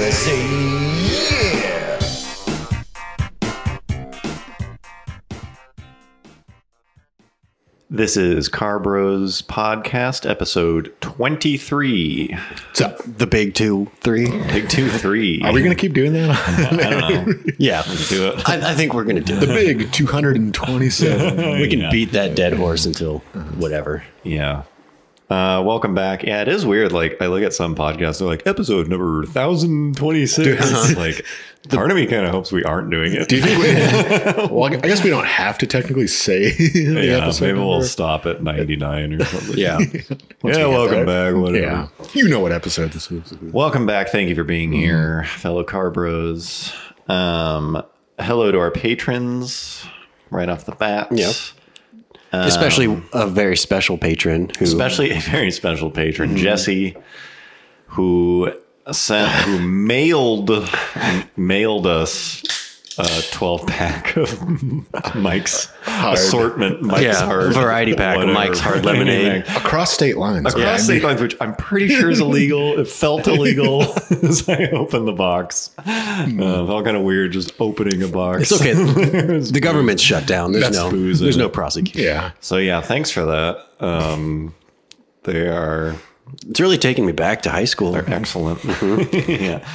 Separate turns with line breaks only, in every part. USA. Yeah!
This is Car Bros Podcast, episode 23.
So the big two, three.
Big two, three.
Are we going to keep doing that?
I don't know.
Yeah,
Do it.
I, I think we're gonna do it.
the big 227.
We can beat that dead horse until whatever.
Yeah. Uh, welcome back. Yeah, it is weird. Like, I look at some podcasts, they're like, episode number 1026. like, part of me kind of hopes we aren't doing it.
Do you think we, well, I guess we don't have to technically say the
yeah,
episode.
maybe we'll
number.
stop at 99 or something.
Yeah,
Once
yeah,
we get
welcome
there.
back. Whatever.
Yeah. You know what episode this is.
Welcome back. Thank you for
Mm-hmm.
being here, fellow car bros. Um, hello to our patrons right off the bat.
Yep. especially a very special patron who
Especially a very special patron,
Mm-hmm.
Jesse, who sent, who mailed, mailed us a 12 pack of Mike's assortment. Mike's
Yeah,
hard.
variety pack, Mike's Hard
Anything.
Lemonade.
Across state lines.
Across
right?
state lines, which I'm pretty sure is illegal. It felt illegal as I opened the box. Uh, it felt kind of weird just opening a box.
It's okay. the government's shut down. There's
That's
no
booze
there's
in
no
it.
prosecution.
Yeah.
So yeah, thanks for that. Um, they are
It's really taking me back to high school.
excellent. yeah.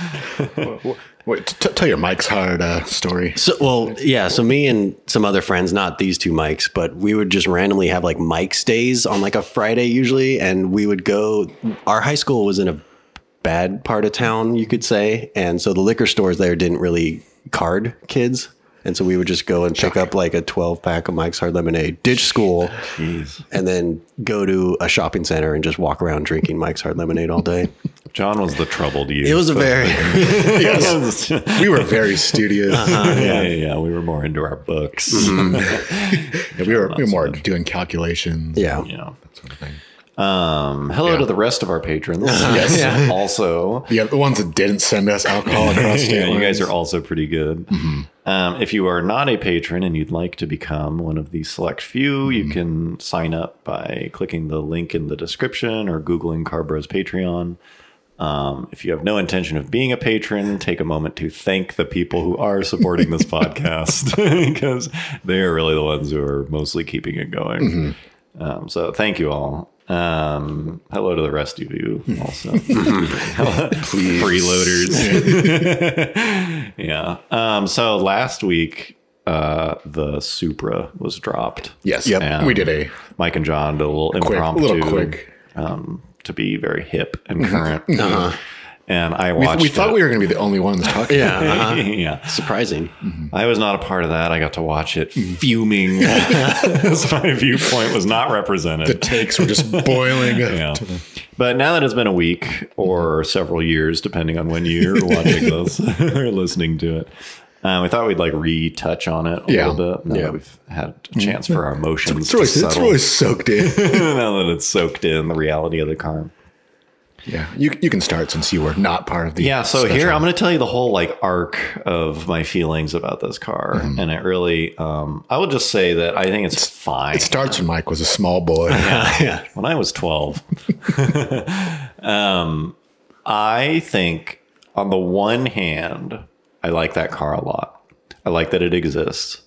Wait, t- tell your Mike's hard uh, story.
So well, yeah. So me and some other friends, not these two mics, but we would just randomly have like Mike's days on like a Friday usually, and we would go. Our high school was in a bad part of town, you could say, and so the liquor stores there didn't really card kids, and so we would just go and pick up like a twelve pack of Mike's Hard Lemonade, ditch school,
Jeez.
and then go to a shopping center and just walk around drinking Mike's Hard Lemonade all day.
John was the troubled youth.
It was a very
yes. yeah,
We were very studious.
yeah, yeah. We were more into our books.
Yeah, we, were, we were more doing calculations.
yeah.
Yeah.
That sort of thing.
Um, hello to the rest of our patrons.
Yes.
Yeah. Also,
Yeah, the ones that didn't send us alcohol across
yeah,
state lines.
you guys are also pretty good. Um, if you are not a patron and you'd like to become one of the select few, you can sign up by clicking the link in the description or Googling Carbros Patreon. Um, if you have no intention of being a patron, take a moment to thank the people who are supporting this podcast because they are really the ones who are mostly keeping it going. Um, so thank you all. Um, hello to the rest of you also. Please. Freeloaders. yeah. Um, so last week, uh, the Supra was dropped.
Yes.
Yep.
We did a
Mike and John did a little
quick,
impromptu.
little quick.
Um, to be very hip and current. And I
We,
watched
we thought
it.
we were going to be the only ones talking.
Yeah. uh-huh.
yeah.
Surprising.
I was not a part of that. I got to watch it fuming. so my viewpoint was not represented.
The takes were just boiling.
yeah. But now that it's been a week or several years, depending on when you're watching this or listening to it, um, we thought we'd like retouch on it a
Yeah.
little bit. Now
Yeah.
that we've had a chance for our emotions
It's really,
to
it's
settle.
really soaked in.
now that it's soaked in the reality of the car.
Yeah, you you can start since you were not part of the.
Yeah, so
special-
here I'm going to tell you the whole like arc of my feelings about this car, and it really, um, I will just say that I think it's, fine.
it starts when Mike was a small boy.
yeah.
when I was 12. um, I think, on the one hand, I like that car a lot. I like that it exists.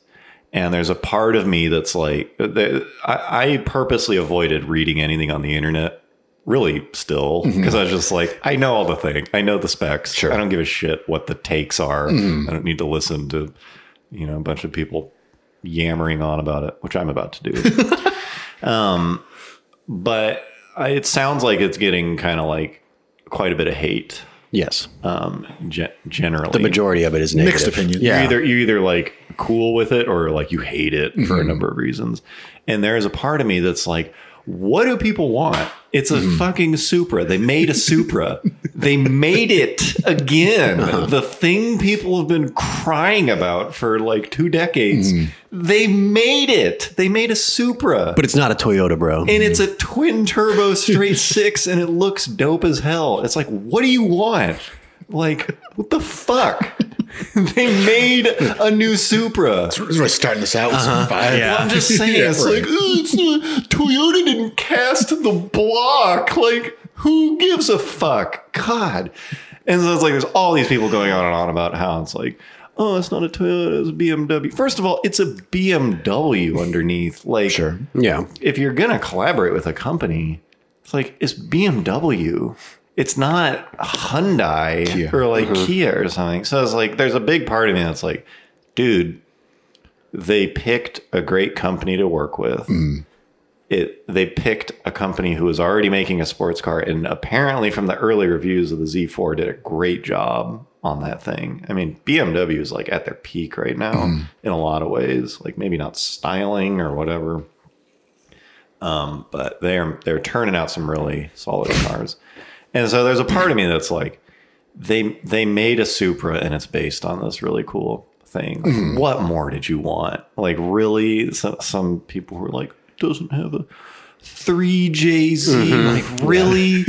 And there's a part of me that's like, that- I, I purposely avoided reading anything on the internet, really, still, because I was just like, I know all the thing. I know the specs.
Sure.
I don't give a shit what the takes are. I don't need to listen to, you know, a bunch of people yammering on about it, which I'm about to do. but I, it sounds like it's getting kind of like quite a bit of hate
Yes.
um gen- generally
The majority of it is negative.
Mixed opinion.
Yeah.
you're either you're either like cool with it or like you hate it
Mm-hmm.
for a number of reasons and there is a part of me that's like what do people want it's a
Mm-hmm.
fucking supra they made a supra they made it again
Uh-huh.
the thing people have been crying about for like two decades
Mm-hmm.
they made it they made a supra
But it's not a Toyota, bro.
and it's a twin turbo straight six and it looks dope as hell it's like what do you want like what the fuck they made a new supra
It's really starting this out with
Uh-huh.
some fire.
Yeah.
i'm just saying
Yeah,
it's
right.
like "Ugh, it's not- toyota didn't cast the block like who gives a fuck god And so it's like there's all these people going on and on about how it's like, oh, it's not a Toyota, it's a BMW. First of all, it's a BMW underneath. Like,
Sure.
Yeah.
if you're gonna collaborate with a company, it's like it's BMW. It's not Hyundai
Kia.
or like Kia or something. So it's like there's a big part of me that's like, dude, they picked a great company to work with. It they picked a company who was already making a sports car, and apparently from the early reviews of the Z4 did a great job on that thing. I mean, BMW is like at their peak right now in a lot of ways. Like maybe not styling or whatever Um, but they're they're turning out some really solid cars. And so there's a part of me that's like, they they made a Supra and it's based on this really cool thing. Like,
Mm-hmm.
What more did you want? Like really, some some people were like, it doesn't have a three JZ. Like really,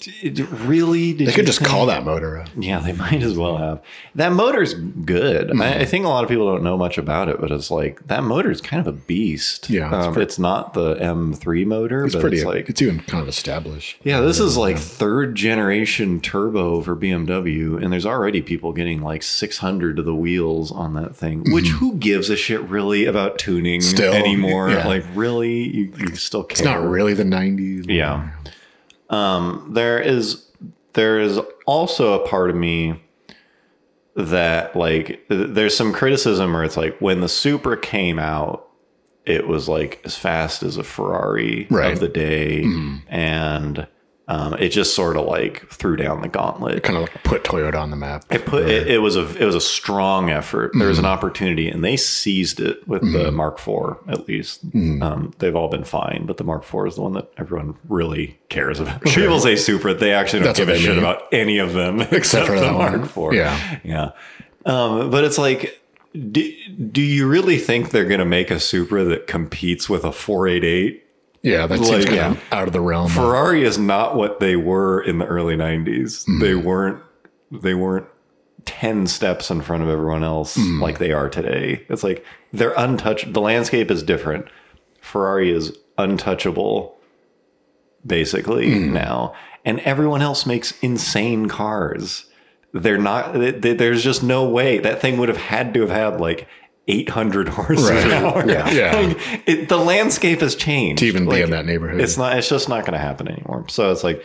Did- really? Did
Mm-hmm. They could
you
just
think-
call that motor a
yeah, they might as well have. That motor's good.
Mm-hmm.
I, I think a lot of people don't know much about it, but it's like that motor's kind of a beast.
Yeah, it's
it's, um, it's not the M3 motor,
It's
but
pretty.
it's
It's,
like
even kind of established.
yeah, this is like third generation turbo for BMW, and there's already people getting like 600 to the wheels on that thing. Which who gives a shit really about tuning
Mm-hmm. Still,
anymore?
yeah.
Like really, you, you still care?
It's not really the '90s.
Yeah. Um, there is there is also a part of me that like th- there's some criticism where it's like when the Supra came out, it was like as fast as a Ferrari
Right.
of the day, and um, it just sort of like threw down the gauntlet.
Kind of like put Toyota on the map.
It put it, it was a it was a strong effort. There was
Mm-hmm.
an opportunity, and they seized it with the Mark IV. At least
Mm-hmm.
um, they've all been fine, but the Mark IV is the one that everyone really cares about. People say Supra, they actually don't
That's
give
what
a
they
shit
mean.
about any of them except,
for
the
that one.
Mark IV.
Yeah.
yeah. Um, but it's like, do, do you really think they're going to make a Supra that competes with a 488?
Yeah, that seems
Like,
kind
yeah.
of out of the realm. of-
Ferrari is not what they were in the early 90s.
Mm-hmm.
They weren't they weren't 10 steps in front of everyone else
Mm-hmm.
like they are today. It's like they're untouched. The landscape is different. Ferrari is untouchable basically
Mm-hmm.
now and everyone else makes insane cars. They're not they, they- there's just no way that thing would have had to have had like 800 horsepower.
Yeah. Yeah.
Like, it, the landscape has changed
to even
Like,
be in that neighborhood.
it's not. It's just not going to happen anymore. So it's like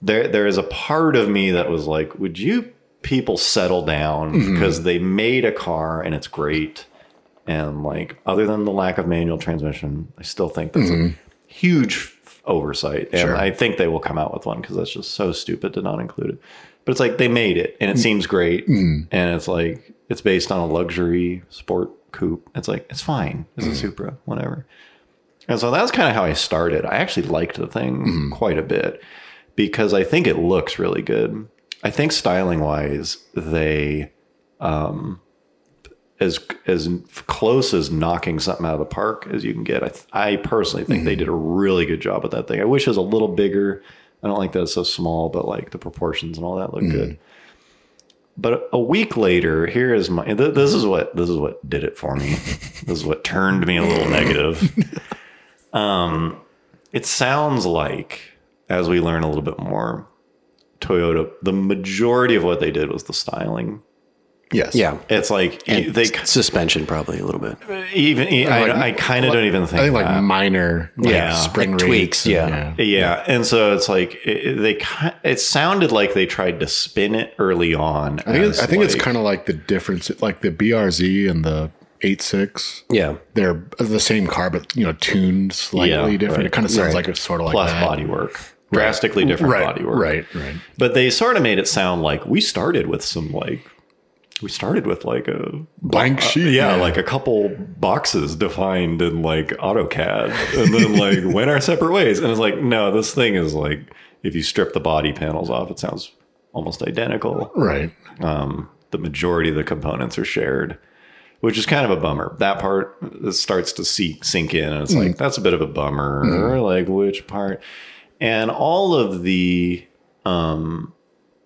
there. There is a part of me that was like, would you people settle down
Mm-hmm.
because they made a car and it's great, and like other than the lack of manual transmission, I still think that's
Mm-hmm.
a huge f- oversight. And I think they will come out with one because that's just so stupid to not include it. But it's like they made it and it seems great, and it's like it's based on a luxury sport coupe. It's like it's fine. It's a Supra, whatever. And so that's kind of how I started. I actually liked the thing quite a bit because I think it looks really good. I think styling wise, they, um, as as close as knocking something out of the park as you can get. I, th- I personally think they did a really good job with that thing. I wish it was a little bigger. I don't like that it's so small, but like the proportions and all that look good. But a week later, here is my. Th- this is what this is what did it for me. this is what turned me a little negative. Um, It sounds like, as we learn a little bit more, Toyota, the majority of what they did was the styling.
yes.
Yeah.
It's like e-
And
they
s- suspension probably a little bit.
even e- I,
Like-
I kind of don't even
I
think,
think like
that.
minor, like,
Yeah.
spring
Like
rates
tweaks,
and-
yeah.
yeah, and so it's like it, it- they ki- it sounded like they tried to spin it early on.
I think it's, I think it's kind of like the difference, like the BRZ and the 86.
Yeah.
They're the same car, but you know, tuned slightly
Yeah,
different.
right.
It kind of sounds
Right.
like it's sort of like
plus
that.
bodywork, drastically different
right,
bodywork,
right, right.
But they sort of made it sound like we started with some like we started with like a
Blank sheet,
uh, yeah,
yeah.
like a couple boxes defined in like AutoCAD, and then like went our separate ways. And it's like, no, this thing is like if you strip the body panels off, it sounds almost identical.
Right.
Um, the majority of the components are shared, which is kind of a bummer. That part uh, starts to seek, sink in, and it's
Mm.
like that's a bit of a bummer. Like which part? And all of the um,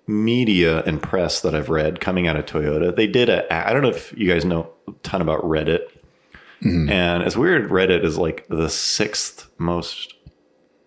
media and press that I've read coming out of Toyota, they did a. I don't know if you guys know a ton about
Mm-hmm.
Reddit, and it's weird. Reddit is like the sixth most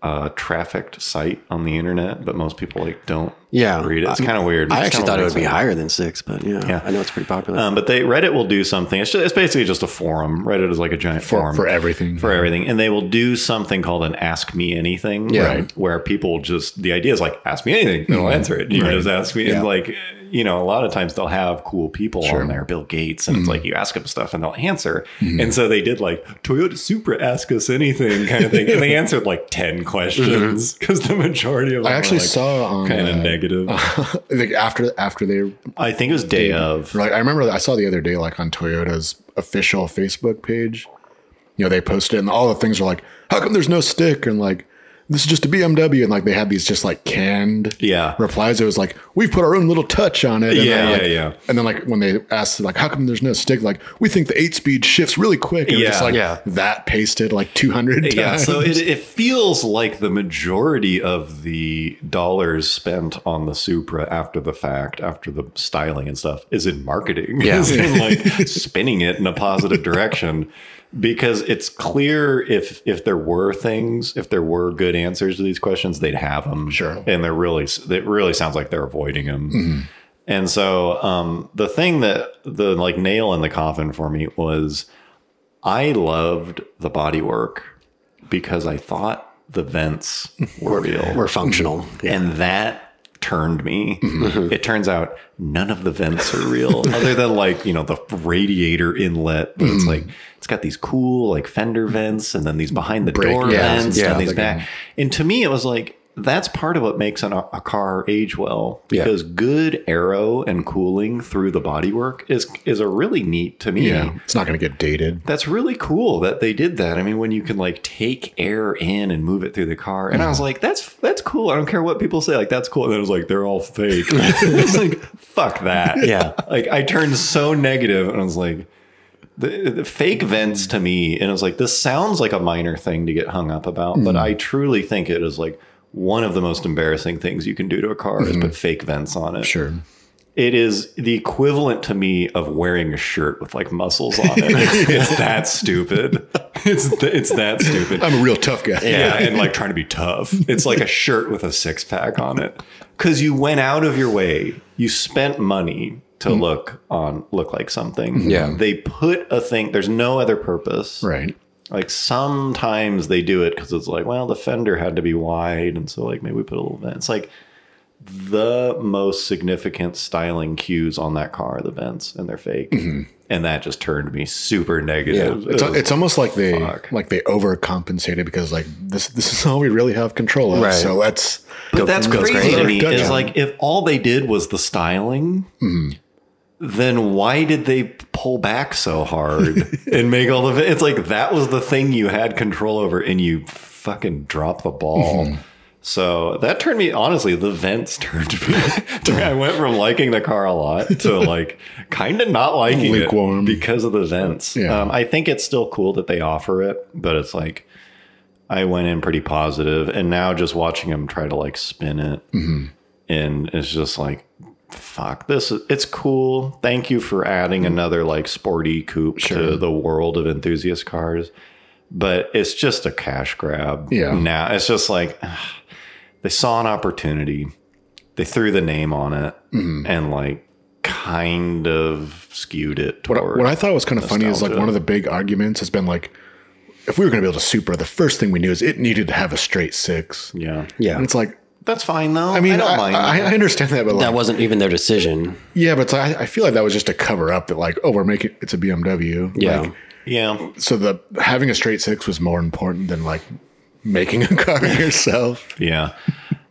uh, trafficked site on the internet, but most people like don't
Yeah.
read it. It's
I-
kind of weird.
I
It's
actually
kinda
thought it would be
weird.
higher than six, but yeah,
Yeah.
I know it's pretty popular.
Um, but they Reddit will do something. It's just, it's basically just a forum. Reddit is like a giant
for,
forum
for everything.
for everything, and they will do something called an "Ask Me Anything,"
Yeah.
where,
Right.
where people just the idea is like, "Ask me anything," and I'll answer it. You
Mm-hmm. Right.
just ask me,
Yeah.
and like you know, a lot of times they'll have cool people
Sure. Mm-hmm.
on there, Bill Gates, and it's like you ask them stuff and they'll answer. And so they did like Toyota Supra, ask us anything kind of thing, and they answered like ten questions because the majority of them
Mm-hmm. I actually
were, like,
saw on
kind of
uh,
negative.
like after after they
I think it was day of.
Like I remember I saw the other day, like on Toyota's official Facebook page, you know, they posted it and all the things are like, how come there's no stick? And like, this is just a BMW. And like, they had these just like canned
Yeah.
replies. It was like, we've put our own little touch on it. And
Yeah,
then, like-
yeah, yeah.
And then like when they asked like, how come there's no stick? Like we think the eight speed shifts really quick. And it was
Yeah,
just like
yeah.
that pasted like 200
Yeah,
times.
so it, it feels like the majority of the dollars spent on the Supra after the fact, after the styling and stuff, is in marketing.
Yeah.
Is in, like spinning it in a positive direction. Because it's clear if if there were things, if there were good answers to these questions, they'd have them.
Sure. Mm-hmm.
and they're really it really sounds like they're avoiding them. And so um, the thing that the like nail in the coffin for me was I loved the bodywork because I thought the vents were real.
We're functional. Yeah.
And that turned me. It turns out none of the vents are real, other than like, you know, the radiator inlet. But It's like, it's got these cool like fender vents and then these behind the door
yeah,
vents
yeah,
and these
like
back. And to me, it was like, that's part of what makes an, a car age well
Yeah.
because good aero and cooling through the bodywork is is a really neat to me
yeah. It's not going to get dated.
that's really cool that they did that. I mean, when you can like take air in and move it through the car, and I was like, that's that's cool. I don't care what people say, like that's cool. And then it was like, they're all fake. I was like, fuck that.
Yeah.
Like I turned so negative, and I was like, the, the fake vents to me, and I was like, this sounds like a minor thing to get hung up about, but I truly think it is like one of the most embarrassing things you can do to a car is put fake vents on it.
Sure.
It is the equivalent to me of wearing a shirt with like muscles on it. it's that stupid. It's th- it's that stupid.
I'm a real tough guy.
Yeah, and like trying to be tough. It's like a shirt with a six pack on it. Cause you went out of your way. You spent money to look on look like something.
Yeah.
They put a thing, there's no other purpose.
Right.
Like sometimes they do it because it's like, well, the fender had to be wide, and so like maybe we put a little vent. It's like the most significant styling cues on that car are the vents, and they're fake, and that just turned me super negative.
Mm-hmm. It's,
It was-
it's almost like they
fuck.
like they overcompensated because like this this is all we really have control of.
Right.
So let's
but that's
goes
crazy
crazy.
to me.
Gotcha.
Is like if all they did was the styling. Then why did they pull back so hard and make all the? It's like that was the thing you had control over, and you fucking drop the ball. So that turned me honestly. The vents turned me. I went from liking the car a lot to like kind of not liking
Lukewarm.
it because of the vents.
Yeah.
Um, I think it's still cool that they offer it, but it's like I went in pretty positive, and now just watching them try to like spin it,
Mm-hmm.
and it's just like, fuck this. Is, it's cool. Thank you for adding
Mm-hmm.
another like sporty coupe to the world of enthusiast cars, but it's just a cash grab.
Yeah.
now it's just like ah, they saw an opportunity, they threw the name on it,
Mm-hmm.
and like kind of skewed it
what, I-
toward.
what I thought was kind of funny is like
nostalgia.
one of the big arguments has been like if we were going to build a Supra, the first thing we knew is it needed to have a straight six.
yeah,
And
yeah.
it's like
that's fine though.
I mean I
don't mind.
I, I understand that, but like,
That wasn't even their decision.
yeah, but it's like, I, I feel like that was just a cover up that like oh we're making it's a BMW.
Yeah.
Like,
yeah.
so the having a straight six was more important than like making a car yourself.
Yeah.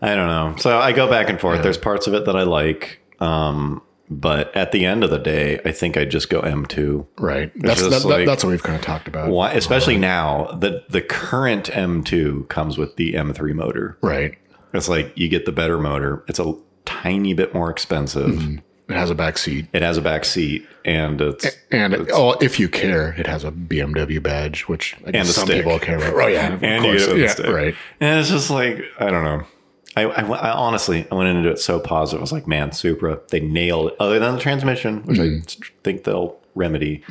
I don't know. So I go back and forth. There's parts of it that I like. Um, but at the end of the day, I think I just go M2.
Right. That's
just
that, that,
like-
that's what we've kind of talked about.
Why, especially now, the, the current M2 comes with the M3 motor.
Right.
It's like you get the better motor, it's a tiny bit more expensive.
It has a back seat.
It has a back seat and it's.
And oh, if you care, it has a BMW badge, which I guess
a
some
stick.
people care about. Oh yeah, of
and you get it with a
yeah,
stick.
right.
And it's just like I don't know. I, I, went- I honestly I went into it so positive. I was like, man, Supra, they nailed it. Other than the transmission, which
Mm-hmm.
I s- think they'll remedy.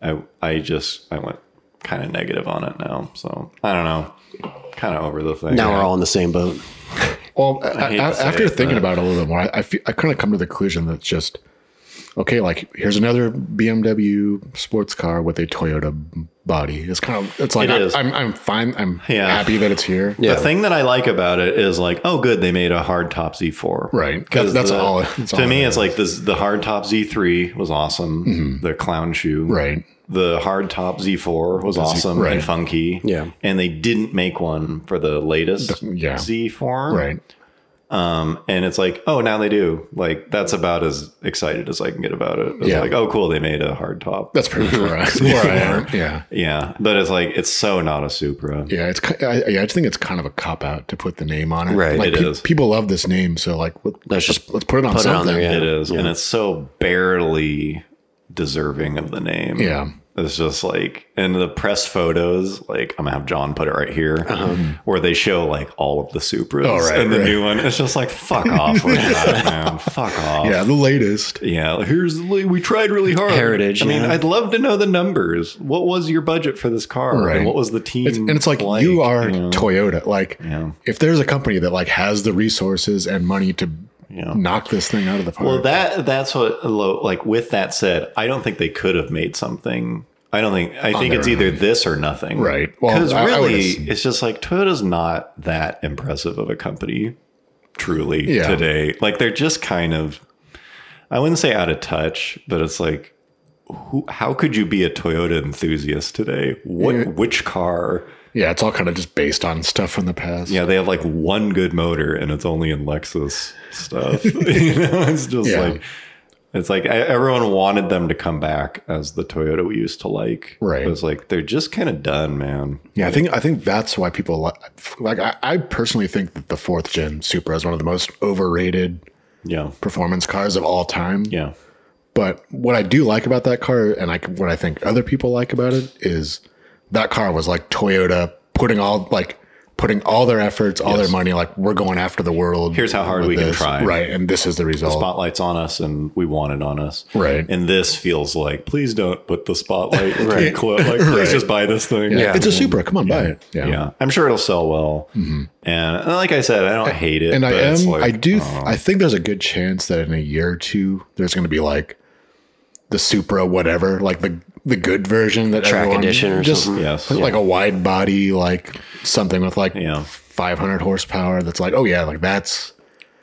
I I just I went kind of negative on it now. So I don't know. kind of over the thing.
Now we're all in the same boat.
Well,
hate
I,
to
I,
say
after
it,
thinking
but-
about it a little more, I, I, feel, I kind of come to the conclusion that it's just okay. Like here's another BMW sports car with a Toyota body. It's kind of it's like
It is.
I, am I'm fine. I'm
Yeah.
happy that it's here.
The thing that I like about it is like, oh, good, they made a hard top Z4.
Right.
Because
That- that's
the-
all- that's
to
all
me,
it Mm-hmm.
it's like this: the hard top Z3 was awesome. The clown shoe,
Right.
The hard top Z4 was awesome
right.
and funky.
Yeah.
And they didn't make one for the latest
yeah.
Z4.
Right.
Um, and it's like, oh, now they do. Like that's about as excited as I can get about it. It's
Yeah.
like, oh, cool, they made a hard top.
That's pretty much where I, where I am. Yeah.
Yeah, but it's like it's so not a Supra.
Yeah, it's ki- I, yeah. I just think it's kind of a cop out to put the name on it.
Right,
like,
it
pe-
is.
People love this name, so like, what,
Let's just
let's put it on
put it on
something.
there,
It is, and it's so barely deserving of the name.
Yeah.
It's just like, and the press photos, like I'm gonna have John put it right here, where they show like all of the Supras
Uh-huh. Oh, right,
and the
right.
new one. It's just like, fuck off with that, man. Fuck off.
Yeah, the latest.
Yeah, like, here's the li- we tried really hard.
Heritage,
I mean,
yeah.
I'd love to know the numbers. What was your budget for this car?
Right.
And what was the team?
It's, and it's like you are Toyota. Like,
Yeah.
if there's a company that like has the resources and money to
Yeah.
knock this thing out of the park,
Well, that that's what lo- like. With that said, I don't think they could have made something. I don't think. I think
their
it's either this or nothing.
Right. Well,
Because
I- I would
really,
assume-
it's just like Toyota's not that impressive of a company. Truly,
Yeah.
today, like they're just kind of. I wouldn't say out of touch, but it's like. Who, how could you be a Toyota enthusiast today? What which car?
yeah, it's all kind of just based on stuff from the past.
Yeah, they have like one good motor, and it's only in Lexus stuff. you know, it's just
Yeah.
like it's like e- everyone wanted them to come back as the Toyota we used to like.
Right.
It was like they're just kind of done, man.
Yeah, I think I think that's why people like. Like, I, I personally think that the fourth gen Supra is one of the most overrated
Yeah.
performance cars of all time.
Yeah.
But what I do like about that car, and I, what I think other people like about it, is that car was like Toyota putting all like putting all their efforts, all their money, like we're going after the world.
Here's how hard
with
we can
this.
try.
right? And this is the result.
Spotlight's on us, and we want it on us.
Right.
And this feels like, please don't put the spotlight right. close. Like, please just buy this thing.
yeah, it's a Supra. Come on, buy it.
Mm-hmm. Yeah. I'm sure it'll sell well. And, and like I said, I don't hate it.
Mm-hmm. and I
but it's
am.
like, um,
I do. th- I think there's a good chance that in a year or two, there's going to be like the Supra, whatever, like the the good version that
Track
everyone
edition or
just
something.
Yes.
like a wide body, like something with like
Yeah.
500 horsepower. That's like, oh yeah, like that's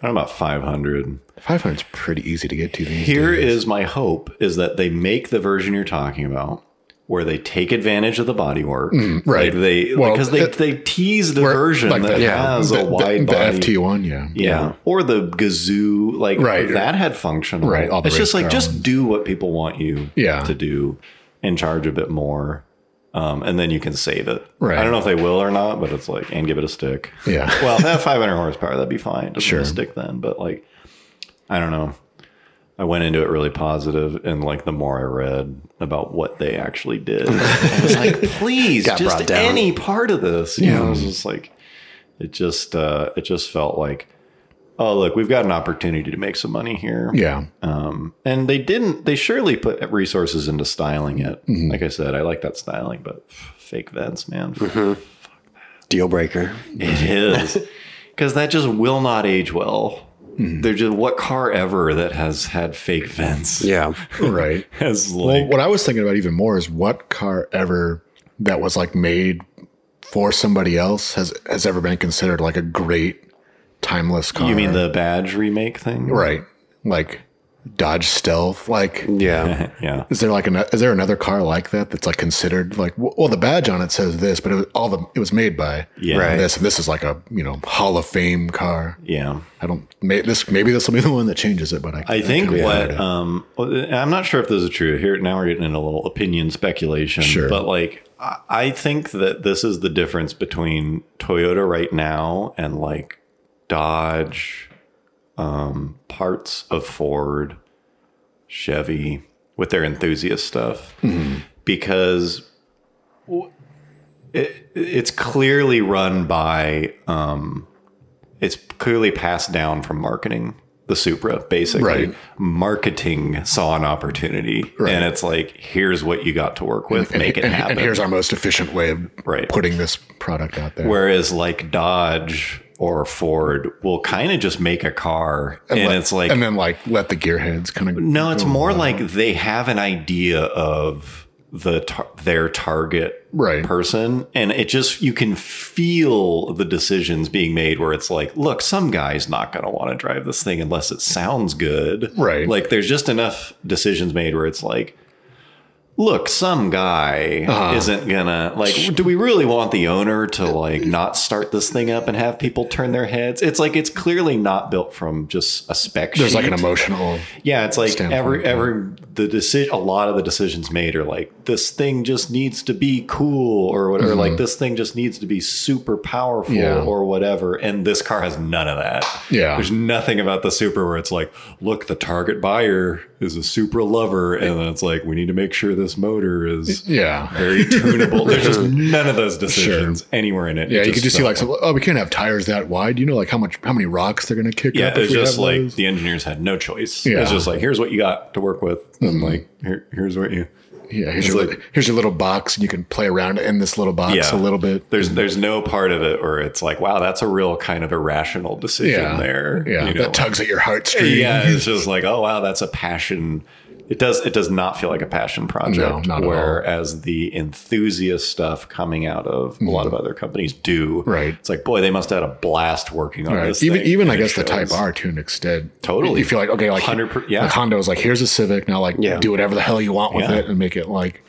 I don't know about 500.
500 is pretty easy to get to. These
Here
days.
is my hope is that they make the version you're talking about where they take advantage of the bodywork.
Mm, right.
Like they
Well,
because they
it-
they teased a
Where-
version
like
that
the-
has a
the,
wide
the,
body.
The FT1, yeah.
yeah. Or the gazoo, like
Right.
that had functional.
Right, all the
It's just
race
like
car
just do what people want you
Yeah.
to do and charge a bit more. Um, and then you can save it.
Right.
I don't know if they will or not, but it's like and give it a stick.
Yeah.
Well, that 500 horsepower, that'd be fine. Doesn't
Sure.
sure. stick then, but like, I don't know. I went into it really positive, and like the more I read about what they actually did, I was like, please,
Got brought
just
down.
any part of this. You know, it was just like, it just, uh, it just felt like, oh look, we've got an opportunity to make some money here.
Yeah.
Um, and they didn't. They surely put resources into styling it.
Mm-hmm.
Like I said, I like that styling, but fake vents, man.
deal breaker.
It is. Because that just will not age well. They're just what car ever that has had fake vents
Yeah.
Right.
has
Well,
like
what I was thinking about even more is what car ever that was like made for somebody else has has ever been considered like a great timeless car.
you mean the badge remake thing?
right? Like Dodge Stealth. Like
Yeah.
Yeah.
is there like an is there another car like that that's like considered like w- well the badge on it says this, but it was all the it was made by
Yeah.
Right.
this and this is like a you know Hall of Fame car.
Yeah.
I don't may, this maybe this will be the one that changes it, but I
I think
couldn't
what
remember it.
um well, I'm not sure if this is true. Here now we're getting into a little opinion speculation.
Sure.
But like I I think that this is the difference between Toyota right now and like Dodge, um, parts of Ford, Chevy with their enthusiast stuff. Because w- it, it's clearly run by um, it's clearly passed down from marketing. the Supra, basically.
Right.
Marketing saw an opportunity,
Right.
and it's like, here's what you got to work with, make it
and,
happen.
and here's our most efficient way of
Right.
putting this product out there.
Whereas like Dodge or Ford will kind of just make a car, and,
Let-
it's like
and then like let the gearheads kind of
No, it's more like they have an idea of the tar- their target
Right.
person, and it just you can feel the decisions being made where it's like, look, some guy's not going to want to drive this thing unless it sounds good,
Right.
Like there's just enough decisions made where it's like. Look, some guy
Uh-huh.
isn't gonna like. Do we really want the owner to like not start this thing up and have people turn their heads? It's like it's clearly not built from just a spec.
there's like an
sheet.
emotional
Yeah, it's like
standpoint,
every
yeah.
every the decision. A lot of the decisions made are like this thing just needs to be cool or whatever. Like this thing just needs to be super powerful
Mm-hmm. Yeah.
or whatever. And this car has none of that.
Yeah.
there's nothing about the Supra where it's like, look, the target buyer is a Supra lover, and then it's like we need to make sure this motor is
yeah.
very tunable. There's just none of those decisions anywhere in it.
Yeah,
It
you could just see
felt
like, so, oh, we can't have tires that wide. You know, like how much, how many rocks they're going to kick
yeah,
up. if
it's
we
just
have
like
those?
the engineers had no choice.
Yeah. Mm-hmm.
It's just like here's what you got to work with, and like here, here's what you.
yeah. Here's your,
like-
here's your little box, and you can play around in this little box
Yeah.
a little bit.
There's there's no part of it where it's like, wow, that's a real kind of irrational decision
Yeah,
there.
yeah.
you
that
know?
tugs at your heartstrings.
yeah, it's just like, oh wow, that's a passion. It does it does not feel like a passion project.
not at all.
whereas the enthusiast stuff coming out of a lot of other companies do.
Mm-hmm. Right.
It's like, boy, they must have had a blast working on
Right.
this.
Even
thing.
even I
And it
guess the Type
shows.
R to an extent.
Totally.
You feel like okay, like
100% yeah.
Like Honda's like here's a Civic now, like
Yeah.
do whatever the hell you want with
Yeah.
it and make it like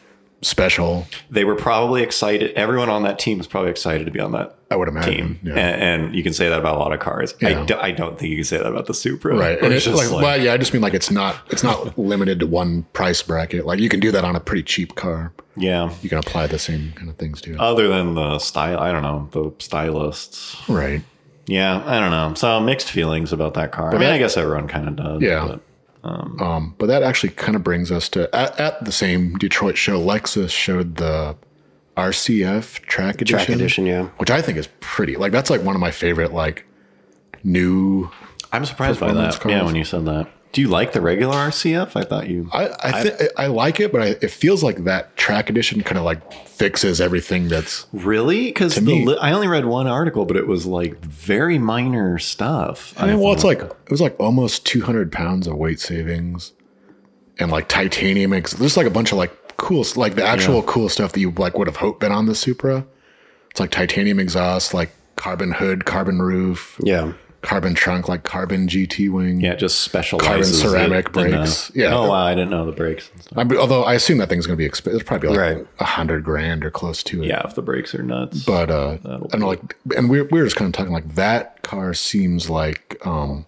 special.
They were probably excited. Everyone on that team was probably excited to be on that
I would imagine.
team.
Yeah.
And, and you can say that about a lot of cars.
Yeah.
I, do, I don't think you can say that about the Supra.
right.
Where
And
it's
it's like,
just
well, yeah, I just mean like it's not it's not limited to one price bracket. Like you can do that on a pretty cheap car.
yeah.
You can apply the same kind of things to it.
Other than the style, I don't know, the stylists.
right.
Yeah, I don't know. So mixed feelings about that car. I mean, I guess everyone kind of does.
Yeah.
but-
Um, but that actually kind of brings us to at, at the same Detroit show, Lexus showed the RCF track edition,
Track edition, yeah.
which I think is pretty. Like that's like one of my favorite like new.
I'm surprised by
Performance
that. Yeah,
cars. Uh,
when you said that. Do you like the regular RCF? I thought you.
I I, thi- I like it, but I, it feels like that track edition kind of like fixes everything that's
Really? Because
me-
li- I only read one article, but it was like very minor stuff.
I mean, well, it's like it was like almost 200 pounds of weight savings, and like titanium. Ex- there's like a bunch of like cool, s- like the actual cool stuff that you like would have hoped been on the Supra. It's like titanium exhaust, like carbon hood, carbon roof,
Yeah.
carbon trunk, like carbon GT wing.
yeah, it just specialized
ceramic brakes. Yeah.
Oh, wow, I didn't know the brakes. and stuff.
I mean, although I assume that thing's going to be expensive. It's probably like a
Right.
hundred grand or close to it.
Yeah, if the brakes are nuts.
But uh, I don't know, like, and we we were just kind of talking like that car seems like, um,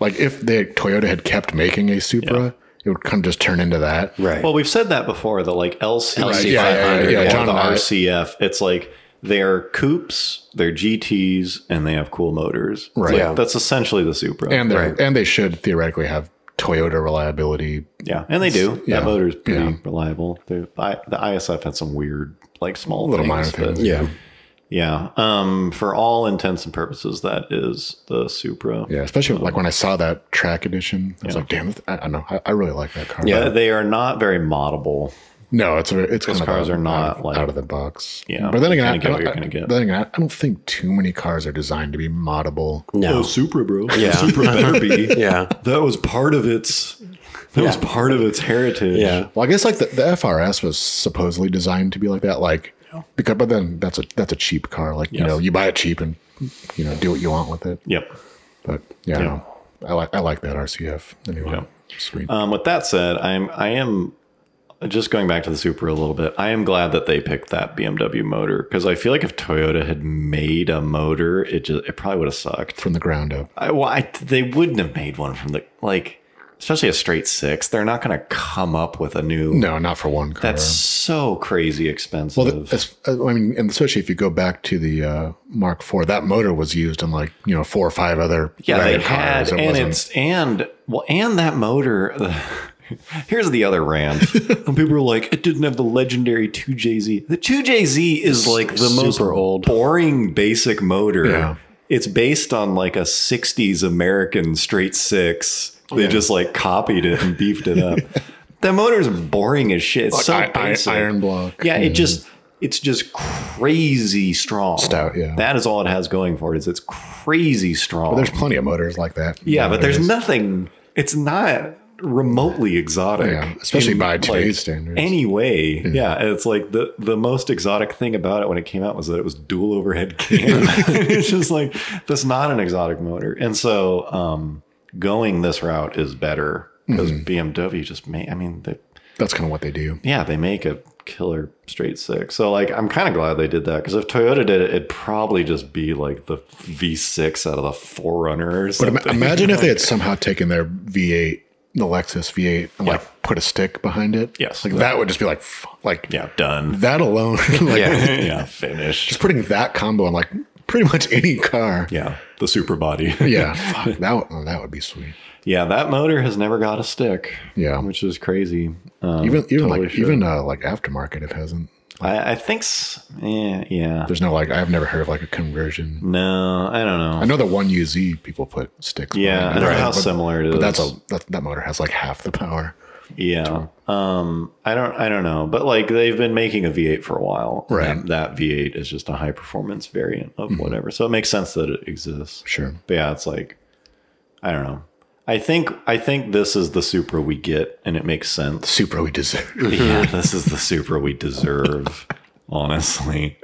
like if they Toyota had kept making a Supra, it would kind of just turn into that,
Right.
Well, we've said that before that like LC
Right,
LC500
yeah, yeah, yeah, yeah,
or
John
the
and I-
RCF, it's like they're coupes, they're GTs, and they have cool motors.
Right.
Like,
Yeah.
That's essentially the Supra.
And they are
Right.
and they should theoretically have Toyota reliability.
yeah, and they do.
Yeah.
That motor's pretty
Yeah.
reliable. They're- I- the ISF had some weird, like small
Little minor
things, but-
things.
yeah.
yeah. Um, for all intents and purposes, that is the Supra.
Yeah, especially
Um,
like when I saw that track edition, I was like, "Damn, I, I don't know, I, I really like that car."
Uh, They are not very moddable.
no, it's a, it's kind of
cars
out-
are not,
out of,
like-
out of the box.
Yeah,
but then
you
again, I,
kinda get what
don't-
you're
I-
gonna get.
but then again, I don't think too many cars are designed to be moddable.
No.
Supra, bro.
Yeah.
Supra better be.
Yeah.
That was part of its. That was part of its heritage.
Yeah.
Well, I guess like the, the FRS was supposedly designed to be like that, like because but then that's a that's a cheap car. Like you
Yes.
know, you buy it cheap and you know do what you want with it.
Yep.
But yeah, I, don't know. I like I like that RCF anyway.
Yeah.
Sweet.
Um, with that said, I'm I am just going back to the Supra a little bit. I am glad that they picked that BMW motor because I feel like if Toyota had made a motor, it just it probably would have sucked.
From the ground up,
I, well, I, they wouldn't have made one from the like, especially a straight six. They're not going to come up with a new.
no, not for one car.
That's so crazy expensive.
well, th- as, uh, I mean, and especially if you go back to the uh, Mark IV, that motor was used in like you know four or five other
yeah, they
ragged
had,
cars.
and it's and well, and that motor. here's the other rant. When people were like, it didn't have the legendary 2JZ. The 2JZ is like the most
super old.
boring basic motor.
Yeah.
it's based on like a 60s American straight six. They just like copied it and beefed it up. that motor's boring as shit. It's so
I- I-
basic.
iron block. Mm-hmm.
Yeah, it just it's just crazy strong.
Stout, yeah.
That is all it has going for it. Is it's crazy strong.
There's plenty of motors like that.
yeah, but there's
nowadays.
nothing. It's not remotely exotic,
Yeah, especially by today's standards.
Anyway, yeah. and it's like the the most exotic thing about it when it came out was that it was dual overhead gear. it's just like that's not an exotic motor, and so um, going this route is better because
Mm-hmm.
BMW just made. I mean, they,
That's kind of what they do.
yeah, they make a killer straight six. So like, I'm kind of glad they did that because if Toyota did it, it'd probably just be like the V6 out of the Forerunner or
But
something.
ima- imagine if they had somehow taken their V8, the Lexus V8, and like put a stick behind it.
Yes.
like that would just be like, f- like
yeah, done.
that alone. like
yeah, finished.
just putting that combo on like pretty much any car.
Yeah, the super body.
yeah, fuck, that would, oh, that would be sweet.
yeah, that motor has never got a stick.
Yeah.
which is crazy. Um,
Even even
totally
like
should.
even uh, like aftermarket, it hasn't.
I, I think, s- yeah, yeah.
There's no like I've never heard of like a conversion.
No, I don't know.
I know the one UZ people put sticks.
Yeah, I
behind
don't know
Right.
how
But-
similar it is.
But that's a that, that motor has like half the power.
Yeah. Um, I don't I don't know, but like they've been making a V8 for a while. and
Right. Mm-hmm.
That, that V8 is just a high performance variant of whatever. So it makes sense that it exists.
Sure.
But yeah, it's like I don't know. I think I think this is the Supra we get and it makes sense.
Super we deserve
yeah, this is the Supra we deserve, honestly.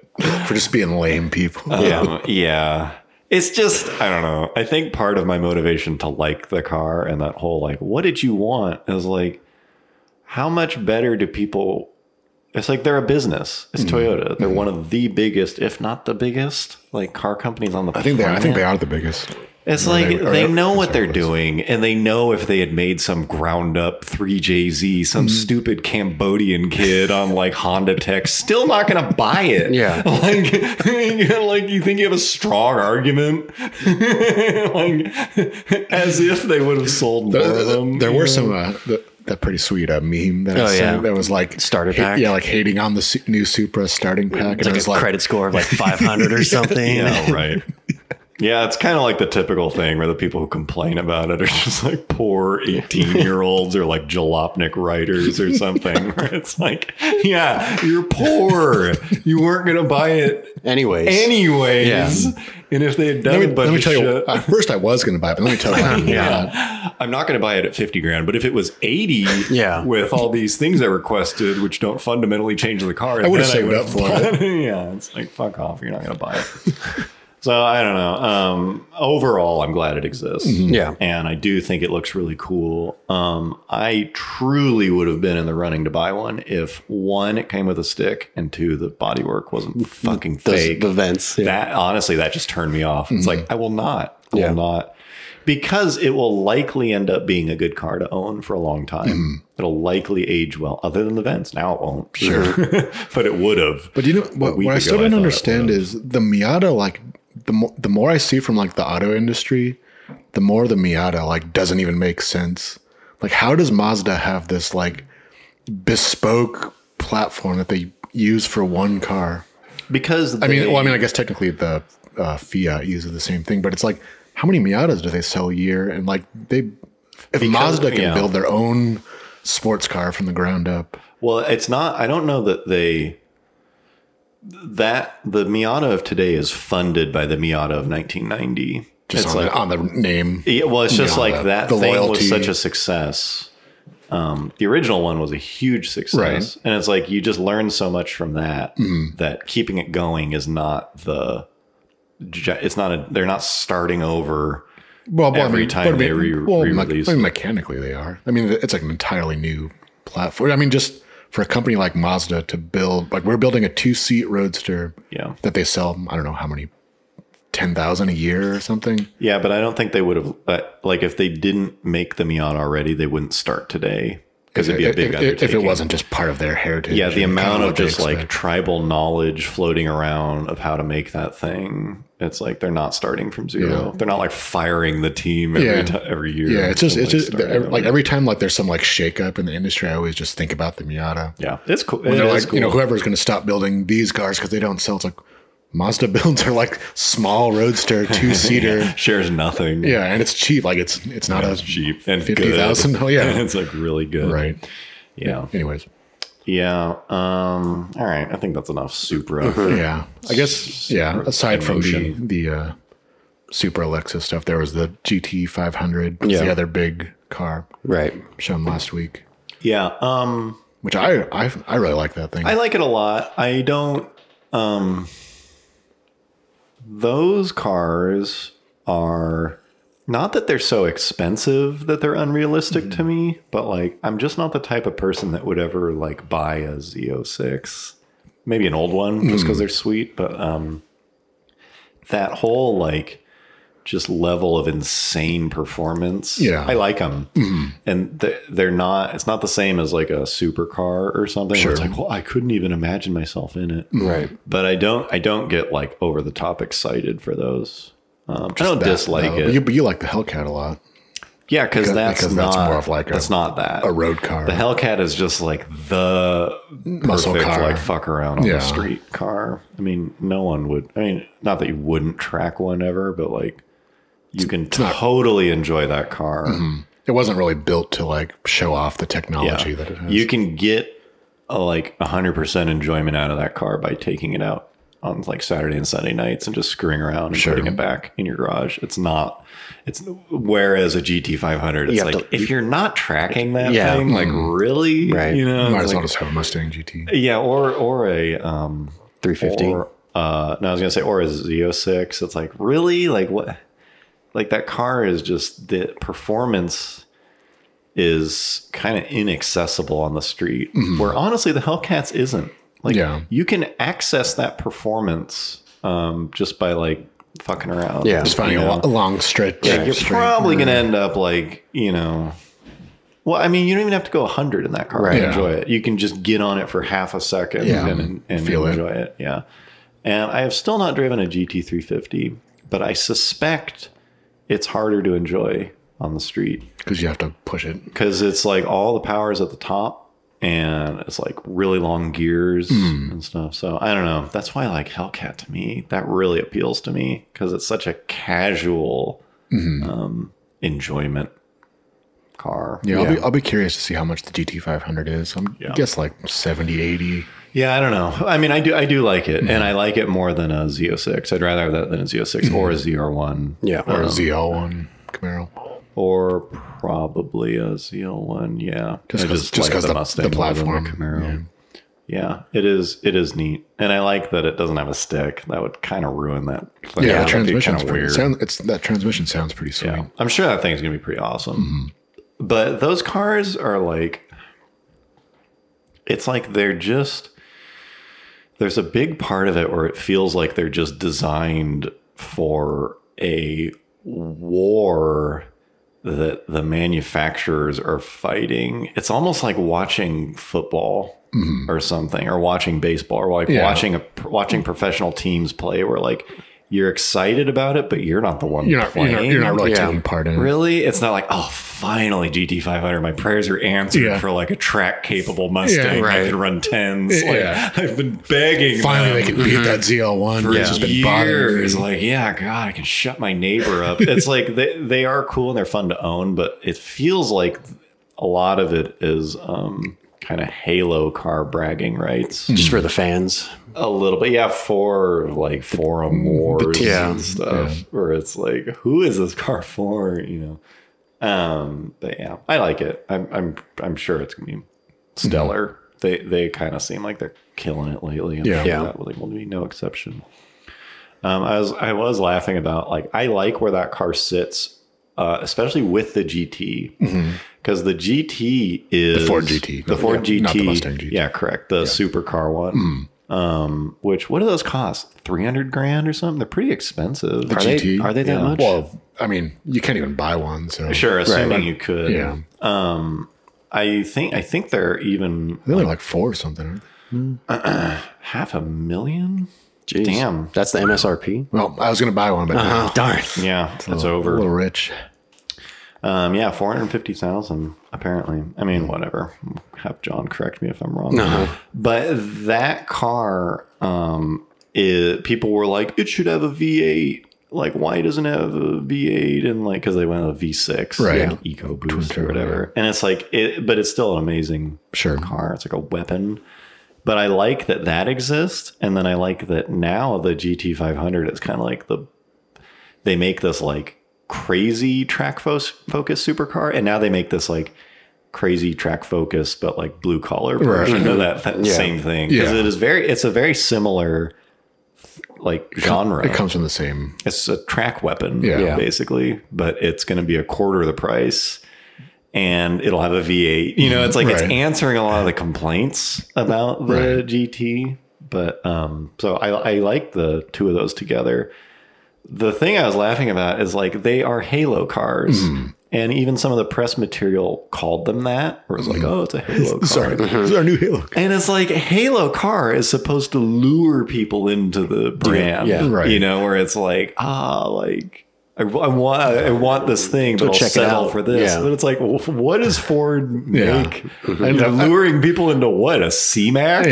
for just being lame people.
Um, yeah. It's just I don't know. I think part of my motivation to like the car and that whole like what did you want is like how much better do people it's like they're a business. It's
Hmm.
Toyota. They're one of the biggest, if not the biggest, like car companies on the
I think they I think
planet.
they are the biggest.
It's
Or
like they,
or
know what
sorry,
they're doing, and they know if they had made some ground up three JZ, some stupid Cambodian kid on like Honda Tech, still not going to buy it.
Yeah.
like, like you think you have a strong argument, like as if they would have sold more
There,
of them.
there
you
were
know?
some uh, the, that pretty sweet uh, meme that I
Oh,
saw
yeah.
that was like
Starter
ha-
pack.
yeah, like hating on the su- new Supra starting pack. and
It's like
it
a
was like
credit score of like 500 or something.
Yeah, right. Yeah, it's kind of like the typical thing where the people who complain about it are just like poor 18 year olds or like jalopnik writers or something. Where it's like, yeah, you're poor. You weren't going to buy it
Anyways,
anyways.
Yeah.
And if they had done
Let me,
a bunch
let me
of
tell you.
shit,
At first, I was going to buy it, but let me tell you. uh, yeah.
I'm not going to buy it at 50 grand. But if it was 80
Yeah.
with all these things I requested, which don't fundamentally change the car,
I would've
then
saved
would've
up for
bought yeah, it's like, fuck off. You're not going to buy it. so I don't know. Um, overall, I'm glad it exists.
Mm-hmm. Yeah.
And I do think it looks really cool. Um, I truly would have been in the running to buy one if one, it came with a stick, and two, the bodywork wasn't fucking
Mm-hmm. those,
fake
the vents. Yeah. Mm-hmm.
that honestly that just turned me off it's like i will not i
Yeah.
will not because it will likely end up being a good car to own for a long time
Mm-hmm.
it'll likely age well other than the vents now it won't sure but it would have
But you know what?
week
What I still
ago, I
don't
thought it
understand is the Miata. Like the mo- the more I see from like the auto industry, the more the Miata like doesn't even make sense. Like, how does Mazda have this like bespoke platform that they use for one car?
because
I mean, well, I mean, I guess technically the uh, Fiat uses the same thing, but it's like how many Miatas do they sell a year? And like they, if Mazda can
yeah.
build their own sports car from the ground up,
well it's not i don't know that they that the miata of today is funded by the miata of 1990
just
it's
on,
like e
the, on the name,
Yeah, well, it's just
Yeah,
like
the-
that
the
thing
loyalty.
was such a success. Um, the original one was a huge success,
Right. Mm-hmm.
and it's like you just learn so much from that that keeping it going is not the. ju- It's not a. They're not starting over.
Well, but
every time
but
they re-
me-
re-release
I
it.
mean, mechanically they are. I mean, it's like an entirely new platform. I mean, just for a company like Mazda to build, like we're building a two-seat roadster
Yeah,
that they sell. I don't know how many, ten thousand a year or something.
yeah, but I don't think they would have. Uh, like, if they didn't make the Miata already, they wouldn't start today because it'd be a
If-
big
if, if,
undertaking.
it wasn't just part of their heritage.
yeah, the
and kind
amount of
what they
just like
expect.
tribal knowledge floating around of how to make that thing. It's like they're not starting from zero. They're not like firing the team every
Yeah.
ti- every year.
yeah, it's just
and,
it's just
starting
every, like
over.
every time like there's some like shakeup in the industry, I always just think about the Miata.
yeah, it's cool.
And
It
they're
is
like, you know,
cool.
whoever's going to stop building these cars because they don't sell. It's like, Mazda builds are like small roadster, two seater. yeah.
Shares nothing.
and it's cheap. Like it's it's not a
It's cheap and good.
fifty thousand. Oh yeah,
it's like really good.
right.
Yeah.
Anyways,
Yeah. Um, all right. I think that's enough. Supra.
yeah. I guess yeah. Aside from the
emotion.
the uh, Super Alexa stuff, there was the GT five hundred.
Yeah.
The other big car
Right.
shown last week,
Yeah. Um,
which I I, I really like that thing.
I like it a lot. I don't. Um, those cars are not that they're so expensive that they're unrealistic to me, but like I'm just not the type of person that would ever like buy a Z06. Maybe an old one just because they're sweet, but um, that whole like just level of insane performance.
Yeah.
I like them. And they're, they're not, it's not the same as like a supercar or something. Sure. It's like, well, I couldn't even imagine myself in it.
Right.
But I don't, I don't get like over the top excited for those. Um, I don't
that,
dislike
though.
it.
You, but you like the Hellcat a lot.
yeah. Cause,
because-
that's,
because
not,
that's more of like a-
that's not that
A road car.
The Hellcat is just like the
Muscle
perfect,
car.
like fuck around on
Yeah.
the street car. I mean, no one would. I mean, not that you wouldn't track one ever, but like you can totally enjoy that car.
it wasn't really built to like show off the technology that it has.
You can get a, like hundred percent enjoyment out of that car by taking it out on like Saturday and Sunday nights and just screwing around and putting it back in your garage. It's not. It's whereas a GT 500, it's
You have
like
to-
if you're not tracking that
Yeah.
thing, like really,
Right.
You know,
Mm-hmm. might
it's
as
like-
well just have a Mustang GT.
Yeah, or or a um
350.
or uh no, I was gonna say or a Z06. It's like really like what like that car is just the performance is kind of inaccessible on the street. Where honestly the Hellcats isn't. Like
Yeah.
you can access that performance um just by like fucking around.
Yeah.
Just finding
You
a, lo-
know?
a long stretch.
Like, you're probably going to end up like, you know, well, I mean, you don't even have to go 100 in that car
Right.
to
Yeah.
enjoy it. You can just get on it for half a second
Yeah.
and, and
Feel it.
enjoy it. Yeah. And I have still not driven a GT350, but I suspect it's harder to enjoy on the street
because you have to push it.
because it's like all the power is at the top and it's like really long gears
Hmm.
and stuff. So I don't know. That's why I like Hellcat to me. That really appeals to me because it's such a casual
Mm-hmm.
um, enjoyment car.
Yeah, I'll,
Yeah.
be, I'll be curious to see how much the GT500 is. I'm
Yeah.
guess like 70, 80.
Yeah, I don't know. I mean, I do, I do like
Hmm.
it, and I like it more than a Z06. I'd rather have that than a Z06 or
Hmm.
a ZR1,
Yeah.
or a ZL1 Camaro.
or probably a ZL1. Yeah,
Just
I
'cause- just
like
'cause the-
Mustang
the
more than
platform.
Camaro. Yeah, it is. It is neat, and I like that it doesn't have a stick. That would kind of ruin that. That'd
Yeah, the
be
transmission's
kinda
pretty, weird. Sound, it's that transmission sounds pretty sweet.
yeah, I'm sure that thing's gonna be pretty awesome.
Mm-hmm.
But those cars are like, it's like they're just. There's a big part of it where it feels like they're just designed for a war that the manufacturers are fighting. It's almost like watching football or something, or watching baseball, or like
Mm-hmm. Yeah.
watching a watching professional teams play, where like you're excited about it, but you're not the one
You're not, you're
playing.
not, you're not really
Yeah.
taking part in it.
Really? It's not like, oh, finally GT500. My prayers are answered
Yeah.
for like a track capable Mustang
Yeah,
that
right.
can run tens. Like,
Yeah.
I've been begging.
Finally, they
them
can beat that ZL1. which has
Mm-hmm. for
been bothering
years.
me.
Like, yeah, God, I can shut my neighbor up. It's like they, they are cool and they're fun to own, but it feels like a lot of it is um, kind of Halo car bragging rights.
Just for the fans.
A little bit, yeah, for like forum wars
Yeah.
and stuff, where it's like, who is this car for? You know, um, but yeah, I like it. I'm, I'm, I'm sure it's gonna be
Mm-hmm.
stellar. They, they kind of seem like they're killing it lately. and
Yeah.
I'm sure
Yeah.
that will, will be no exception. Um, I was, I was laughing about like I like where that car sits, uh, especially with the GT, because the GT is
Mm-hmm. The Ford GT,
the
not-
Ford
yeah,
GT,
not the Mustang GT.
yeah, correct. The supercar one.
Mm-hmm.
Um, which what do those cost? Three hundred grand or something? They're pretty expensive.
The
Are they-
GT.
Are they that
Yeah.
much?
Well, I mean, you can't even buy one. So
sure, assuming you could.
Yeah.
Um, I think I think they're even
They're only like four or something. aren't they?
half a million.
Jeez.
Damn.
That's the MSRP.
Well, I was going to buy one, but
Uh-huh. Oh,
Darn.
Yeah, that's
a
over.
little rich.
Um, yeah, four hundred fifty thousand. Apparently, I mean, whatever. Have John correct me if I'm wrong. But that car, um, i- people were like, it should have a V8. Like, why doesn't it have a V8? And like, because they went with a V6,
Right.
like Eco Boost or
turbo,
whatever. And it's like, it, but it's still an amazing
Sure.
car. It's like a weapon. But I like that that exists, and then I like that now the GT500 is kind of like the they make this like crazy track fo- focus supercar, and now they make this like crazy track focus, but like blue collar version of that, that same thing because
Yeah.
it is very it's a very similar like genre.
It comes from the same.
it's a track weapon,
Yeah. Yeah.
basically, but it's going to be a quarter of the price. And it'll have a V8. You know, it's like it's
Right.
answering a lot of the complaints about the GT. But um, so I, I like the two of those together the thing I was laughing about is like they are Halo cars.
Hmm.
And even some of the press material called them that, or was like, oh, it's a Halo car.
Hmm. Sorry, this is our new Halo.
And it's like Halo car is supposed to lure people into the brand.
yeah.
Right.
You know, where it's like, ah, like I, I want I want this thing, but I'll
check it
settle
out.
for this.
Yeah. Mm-hmm.
But it's like, wh- what does Ford
Yeah.
make? And luring people into what? A C Max?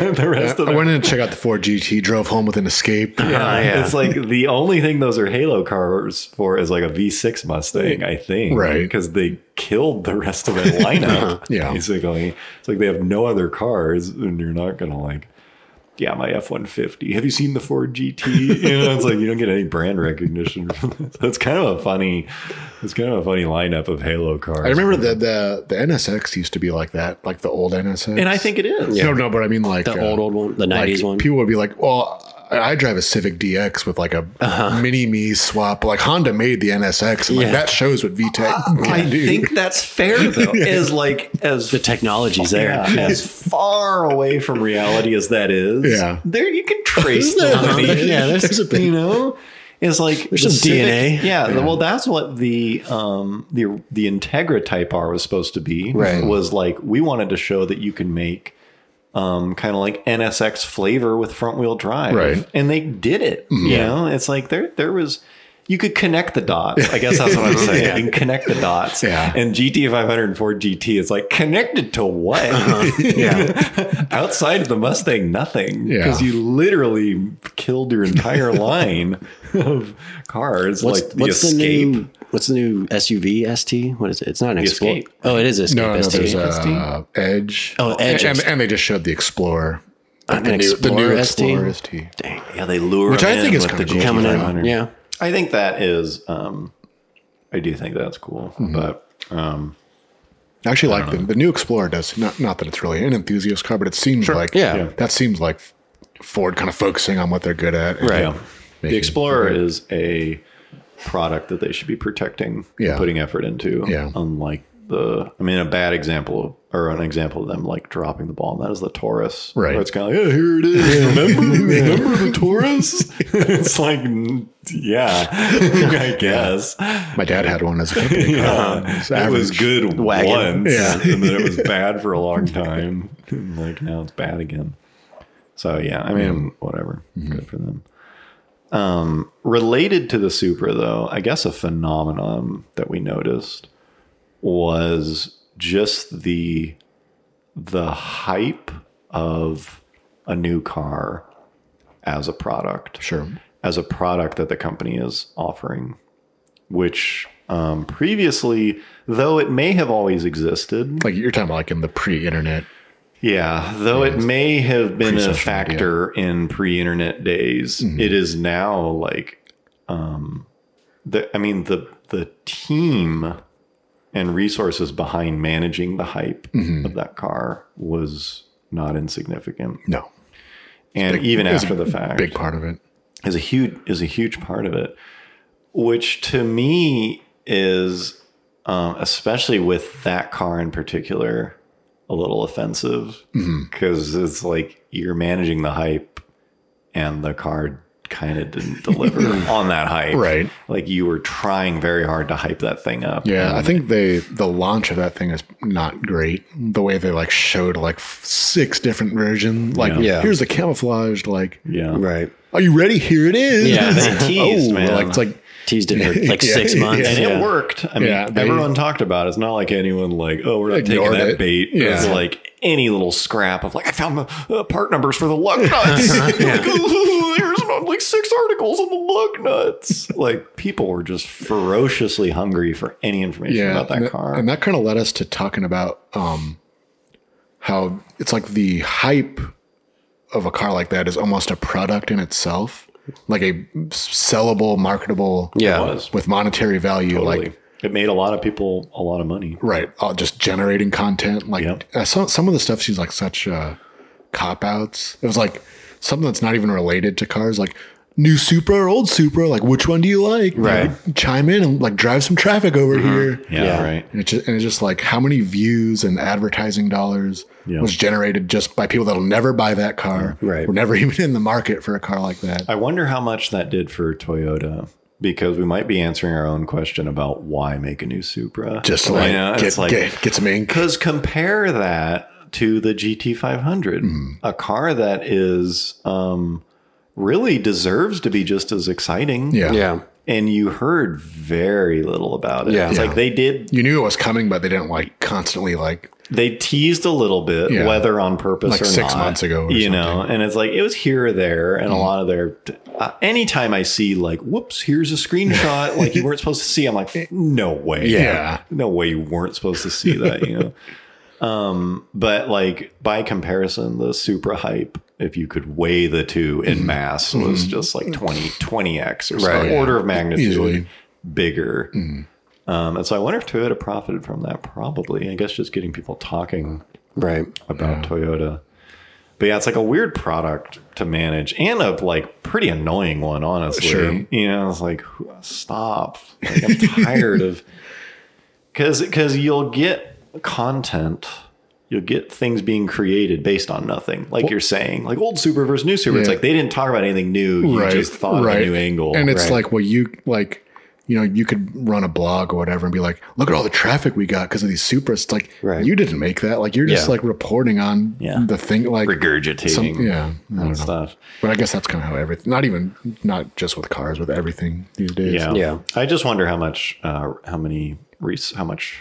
the rest of
I
the
went in to check out the Ford GT, drove home with an Escape.
yeah. Uh, It's like the only thing those are Halo cars for is like a V6 Mustang, I think.
Right.
Because they killed the rest of that lineup,
Yeah.
basically. It's like they have no other cars, and you're not going to like, yeah, my F 150. Have you seen the Ford GT? You know, it's like you don't get any brand recognition. from this. so it's kind of a funny, it's kind of a funny lineup of Halo cars.
I remember the, the the NSX used to be like that, like the old NSX.
And I think it is.
no, no, but I mean like uh,
The old, old one, the 90s
like,
one.
People would be like, "Well, I I drive a Civic DX with like a
Uh-huh.
mini me swap." Like Honda made the NSX, and like
Yeah.
that shows what VTEC can
I
do.
think that's fair though. As like as
the technology's there.
Yeah, as far away from reality as that is,
Yeah.
there you can trace the
Uh-huh.
lineage,
Yeah, there's- there's a
you know, it's like there's
some DNA.
Yeah, the- well, that's what the um the the Integra Type R was supposed to be. Right, was like we wanted to show that you can make. Um, kind of like NSX flavor with front wheel drive,
Right.
And they did it. You know, it's like there there was you could connect the dots. I guess that's what I'm saying. You can connect the dots.
Yeah.
And GT 500 and Ford GT is like connected to what?
Uh-huh.
yeah. Outside of the Mustang, nothing.
Yeah.
Because you literally killed your entire line of cars.
What's,
like the
what's the
escape.
new? What's the new SUV ST? What is it? It's not an Explorer.
Escape.
Oh, it is Escape
no, no,
ST.
there's uh, Edge.
Oh, Edge.
and, and they just showed the Explorer,
An
the new, the new
Explorer ST?
Explorer ST.
yeah, they lure
Which I
him
think is
with the
kinda cool.
GT
coming in.
500.
Yeah,
I think that is um I do think that's cool.
Mm-hmm.
But um
I actually like the, the new Explorer does not not that it's really an enthusiast car, but it seems like
Yeah. Yeah.
that seems like Ford kind of focusing on what they're good at. and
Right.
Yeah. The
making-
Explorer is a product that they should be protecting
Yeah.
and putting effort into.
Yeah.
Unlike the, I mean, a bad example of, or an example of them like dropping the ball, and that is the Taurus.
Right.
Where it's kind of like, oh, here it is. Remember, remember the Taurus? it's like, mm, yeah, I guess.
My dad had one as a company car. It's
It was
average.
good
Wagon.
once,
Yeah.
and then it was bad for a long time. And like now it's bad again. So yeah, I mean, whatever. Good for them. Um, related to the Supra, though, I guess a phenomenon that we noticed was just the the hype of a new car as a product
Sure.
as a product that the company is offering, which um, previously, though it may have always existed,
Like you're talking about like in the pre-internet.
yeah, though it may have been a
Pre-social media. Mm-hmm.
factor in pre-internet days, it is now like, um, the I mean the the team and resources behind managing the hype
Mm-hmm.
of that car was not insignificant,
No,
and even
it's
after the fact,
big part of it.
is a huge is a huge part of it, which to me is um, especially with that car in particular a little offensive
Mm-hmm.
because it's like you're managing the hype and the car kind of didn't deliver on that hype
Right.
like you were trying very hard to hype that thing up
Yeah, I
and-
think they the launch of that thing is not great. The way they like showed like f- six different versions, like
Yeah.
here's the camouflaged, like
yeah
right.
Are you ready? Here it is.
Yeah, they teased,
oh,
man.
Like it's like
Teased it for like
Yeah,
six
yeah.
months.
and
Yeah.
it worked. I mean,
Yeah, they-
everyone talked about it. It's not like anyone like, oh, we're not taking
Ignored
that
it.
bait. It was
Yeah.
like any little scrap of like, I found the uh, part numbers for the lug nuts. like, ooh, here's about, like six articles on the lug nuts. like people were just ferociously hungry for any information
yeah,
about that
and
car.
and that kind of led us to talking about um, how it's like the hype of a car like that is almost a product in itself, like a sellable, marketable,
Yeah.
It was
with monetary value,
totally.
like
it made a lot of people a lot of money.
right all just generating content like
Yep.
uh, some, some of the stuff she's like such uh cop outs it was like something that's not even related to cars like new supra or old supra like which one do you like
Right.
Like, chime in and like drive some traffic over here
Mm-hmm. Yeah,
Yeah.
right.
and it's, just, and it's just like how many views and advertising dollars
Yeah. Mm-hmm.
was generated just by people that'll never buy that car
Right.
we're never even in the market for a car like that
I wonder how much that did for Toyota because we might be answering our own question about why make a new Supra.
just to
I
like,
know,
get,
it's like
get, get some ink
Because compare that to the GT500,
Mm-hmm.
a car that is um, really deserves to be just as exciting.
yeah
Yeah.
And you heard very little about it.
Yeah.
It's
Yeah.
like they did,
you knew it was coming but they didn't like constantly like
they teased a little bit,
Yeah.
whether on purpose
Like
or
six
not,
months ago or Mm-hmm.
you know, and it's like it was here or there. And a lot of their, uh, anytime I see like, whoops, here's a screenshot like you weren't supposed to see, I'm like, no way.
Yeah.
no way you weren't supposed to see that, you know. Um, but like by comparison, the super hype, if you could weigh the two in mass, was just like 20, 20x or some
Mm-hmm. Right.
order of magnitude
Easily.
bigger.
Mm-hmm.
Um, and so I wonder if Toyota profited from that. Probably, I guess, just getting people talking
Right.
about Toyota. But yeah, it's like a weird product to manage and a like pretty annoying one, honestly.
Sure.
You know, it's like who- stop. Like, I'm tired of because because you'll get content, you'll get things being created based on nothing. Like you're saying, like old super versus new super. It's
Yeah.
like they didn't talk about anything new. You just thought of a new angle.
And it's
Right.
like, well, you like, you know, you could run a blog or whatever and be like, look at all the traffic we got because of these supras. It's like,
Right.
you didn't make that. Like, you're just
Yeah.
like reporting on
Yeah.
the thing, like,
regurgitating
some, yeah, I don't know.
and stuff.
But I guess that's kind of how everything, not even, not just with cars, with everything these days.
Yeah.
Yeah.
I just wonder how much, uh, how many, res- how much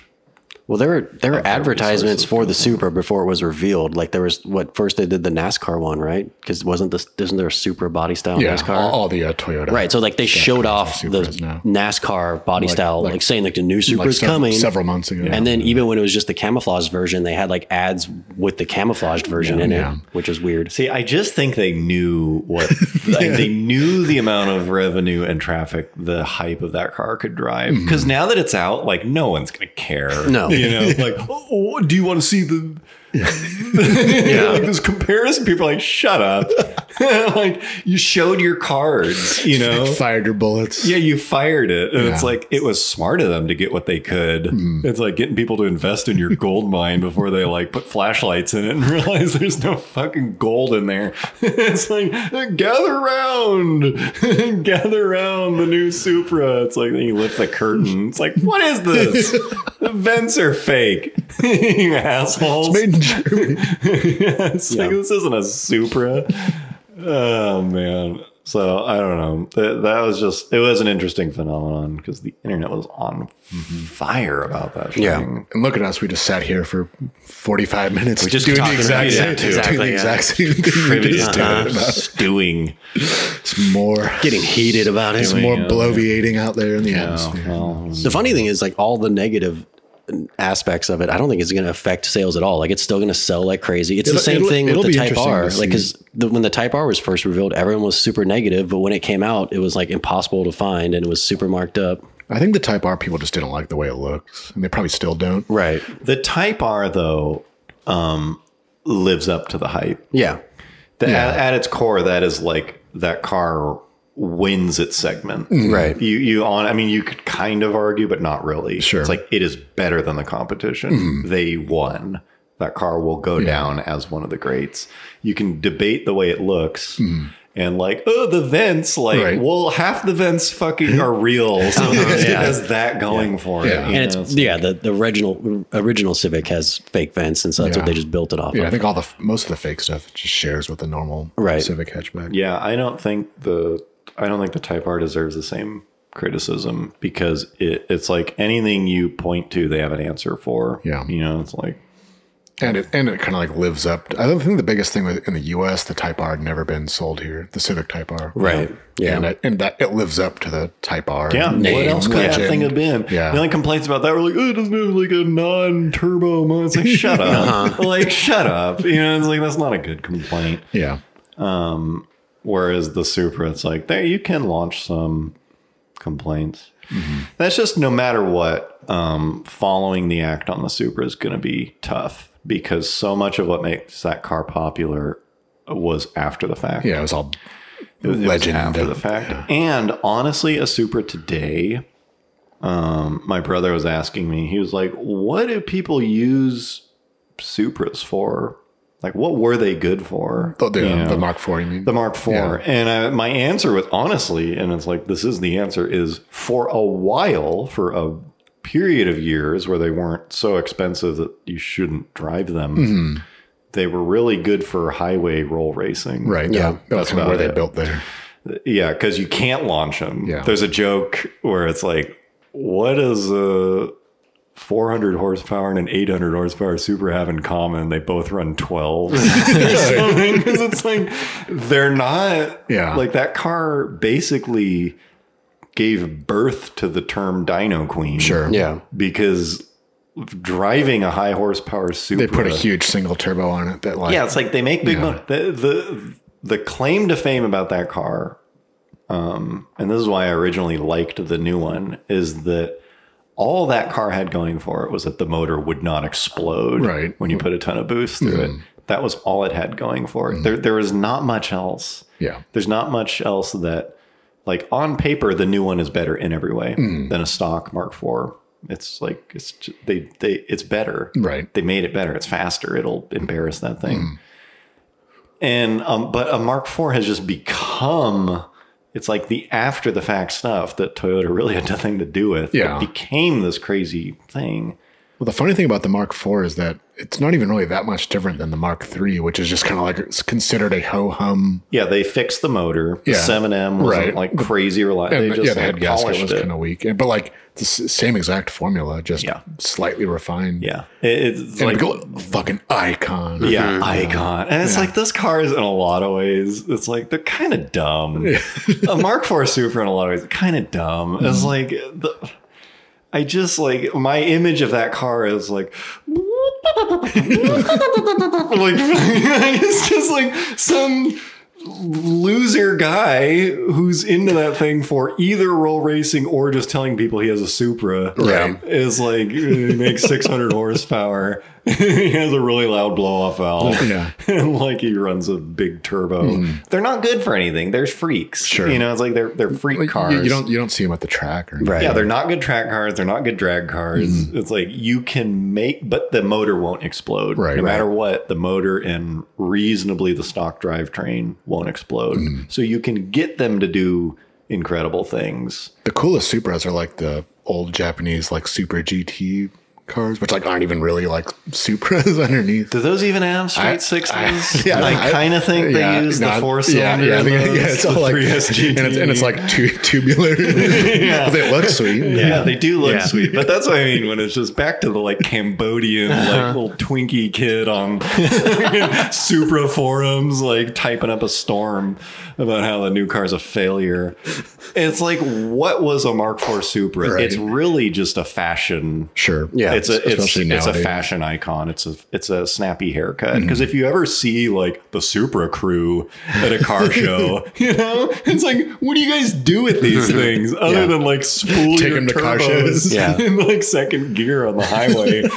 Well, there were there were advertisements
resources
for the Supra before it was revealed. Like there was what first they did the NASCAR one, right? Because wasn't this isn't there a Supra body style
Yeah.
NASCAR?
All, all the uh, Toyota.
right. So like they showed off the
Supras now.
NASCAR body style, like,
like-
saying like the new Supra
Like
is
several,
coming.
several months ago.
And then even when it was just the camouflage version, they had like ads with the camouflaged version in
Yeah.
it, which is weird.
See, I just think they knew what like, they knew the amount of revenue and traffic the hype of that car could drive.
Mm-hmm.
Because now that it's out, like no one's gonna care.
No.
you know, like oh, do you want to see the? like this comparison, people are like shut up. like you showed your cards, you know.
fired your bullets.
Yeah, you fired it. And it's
Yeah. Mm-hmm.
like it was smart of them to get what they could. It's like getting people to invest in your gold mine before they like put flashlights in it and realize there's no fucking gold in there. it's like gather around. gather around the new Supra. It's like then you lift the curtain. It's like, what is this? the vents are fake. you assholes.
Made in Germany.
It's like this isn't a Supra. oh man. So I don't know. That, that was just it was an interesting phenomenon because the internet was on fire about that. Thing.
Yeah.
And look at us. We just sat here for 45 minutes
just
doing the
talking
exact
about
same,
it.
doing
Exactly,
the
yeah.
exact same thing. We
Maybe
just
just
did.
doing- stewing.
It's more.
Getting heated about it.
It's more
yeah.
bloviating out there in the atmosphere.
Well,
The funny thing is, like all the negative aspects of it, I don't think it's going to affect sales at all. Like it's still going to sell like crazy. It's the
It'll-
same
it'll-
thing
it'll
with the
be
Type
interesting
R.
to
Like
see.
because when the Type R was first revealed, everyone was super negative, but when it came out, it was like impossible to find and it was super marked up.
I think the Type R people just didn't like the way it looks, and they probably still don't.
Right.
the Type R though um, lives up to the hype.
Yeah.
The, at, at its core, that is like that car wins its segment.
Mm.
Right.
You you on I mean you could kind of argue, but not really.
Sure. Mm.
It's like it is better than the competition. They won. That car will go down as one of the greats. You can debate the way it looks. and like, oh, the vents, like,
Mm-hmm. Right.
well, half the vents fucking are real. So it has that going for it.
Yeah.
you
And
and
know?
it's yeah, the, the original original Civic has fake vents, and so that's
Yeah.
what they just built it off
Yeah, I
of.
think all the most of the fake stuff just shares with the normal
Right.
Civic hatchback.
Yeah, I don't think the I don't think the Type R deserves the same criticism because it, it's like anything you point to, they have an answer for.
Yeah.
you know, it's like
And it and it kind of like lives up. I don't think the biggest thing with, in the U.S. the Type R had never been sold here. The Civic Type R,
Right. Yeah.
And it, and that it lives up to the Type R.
yeah,
name,
what else could that
legend.
thing have been?
Yeah.
the only complaints about that were like, oh, it doesn't have like a non-turbo. mo-" It's like shut up, like shut up. You know, it's like that's not a good complaint.
Yeah,
Whereas the Supra, it's like there you can launch some complaints. That's just no matter what, um, following the act on the Supra is going to be tough because so much of what makes that car popular was after the fact.
yeah. It was all
It was- it was
legend
after
of-
the fact. And honestly, a Supra today. Um, my brother was asking me. He was like, "What do people use Supras for? Like, what were they good for?"
oh, the,
You know?
the Mark IV. You mean
the Mark IV.
Yeah.
And I, my answer was honestly, and it's like this is the answer is for a while, for a period of years where they weren't so expensive that you shouldn't drive them.
Mm-hmm.
They were really good for highway roll racing,
Right.
Yeah,
Yeah. That's kind
about
of where they
it.
built their
Yeah, because you can't launch them.
Yeah.
There's a joke where it's like, what does a 400 horsepower and an 800 horsepower super have in common? They both run 12. Because it's like, they're not.
Yeah.
Like that car basically gave birth to the term Dino Queen.
Sure.
yeah.
Because driving a high horsepower super.
They put a huge single turbo on it that like
Yeah, it's like they make big money. The, the the claim to fame about that car, um, and this is why I originally liked the new one, is that all that car had going for it was that the motor would not explode
Right. Mm.
when you put a ton of boost through it. That was all it had going for it. There there is not much else.
yeah.
There's not much else that like on paper the new one is better in every way
Mm.
than a stock Mark IV. It's like it's ju- they they it's better
Right. Mm.
they made it better. It's faster. It'll embarrass that thing. And um, but a Mark IV has just become. It's like the after the fact stuff that Toyota really had nothing to do with. but
Yeah.
became this crazy thing.
Well, the funny thing about the Mark IV is that it's not even really that much different than the Mark III, which is just kind of like it's considered a ho hum.
Yeah, they fixed the motor. The
Yeah.
7M wasn't
Right.
like crazy reliable. They
And
just
yeah, the
like,
head gasket
polished
was
it.
kind of weak, And- but like the s- same exact formula, just
Yeah.
slightly refined.
yeah, It- it's
and
like
go, fucking icon.
yeah, icon. And it's like this car is in a lot of ways. It's like they're kind of dumb. a Mark IV Super in a lot of ways kind of dumb. It's like the, I just like my image of that car is like. like it's just like some loser guy who's into that thing for either roll racing or just telling people he has a Supra.
Right.
Is like he makes 600 horsepower. he has a really loud blow off valve.
Yeah. Hmm.
And like he runs a big turbo. They're not good for anything. They're freaks.
Sure.
You know, it's like they're they're freak
Like,
cars.
You, you don't you don't see them at the track or anything.
Right.
Yeah, they're not good track cars. They're not good drag cars.
Hmm.
It's like you can make, but the motor won't explode.
Right.
No matter what, the motor and reasonably the stock drivetrain won't explode.
Hmm.
So you can get them to do incredible things.
The coolest Supras are like the old Japanese like Super GT cars, which like aren't even really like Supras underneath.
Do those even have straight
I-
sixes? I,
yeah, I-
kind of think
Yeah,
they use
no,
the four
yeah,
cylinder.
Yeah, I
in
think-
those,
yeah, it's
the
all like, and
3SGT.
it's, and it's like tu- tubular, but they look sweet.
Yeah, they do look
Yeah.
sweet, but that's what I mean when it's just back to the like Cambodian
Uh-huh.
like little Twinkie kid on Supra forums, like typing up a storm about how the new car's a failure. It's like, what was a Mark IV Supra?
Right.
It's really just a fashion.
Sure.
Yeah.
It's a it's,
especially
it's a
nowadays.
fashion icon. It's a it's a snappy haircut. Because if you ever see like the Supra crew at a car show, you know, it's like, what do you guys do with these things other
Yeah.
than like spool
Take
your
'em to car
turbos
shows.
Yeah.
in like second gear on the highway?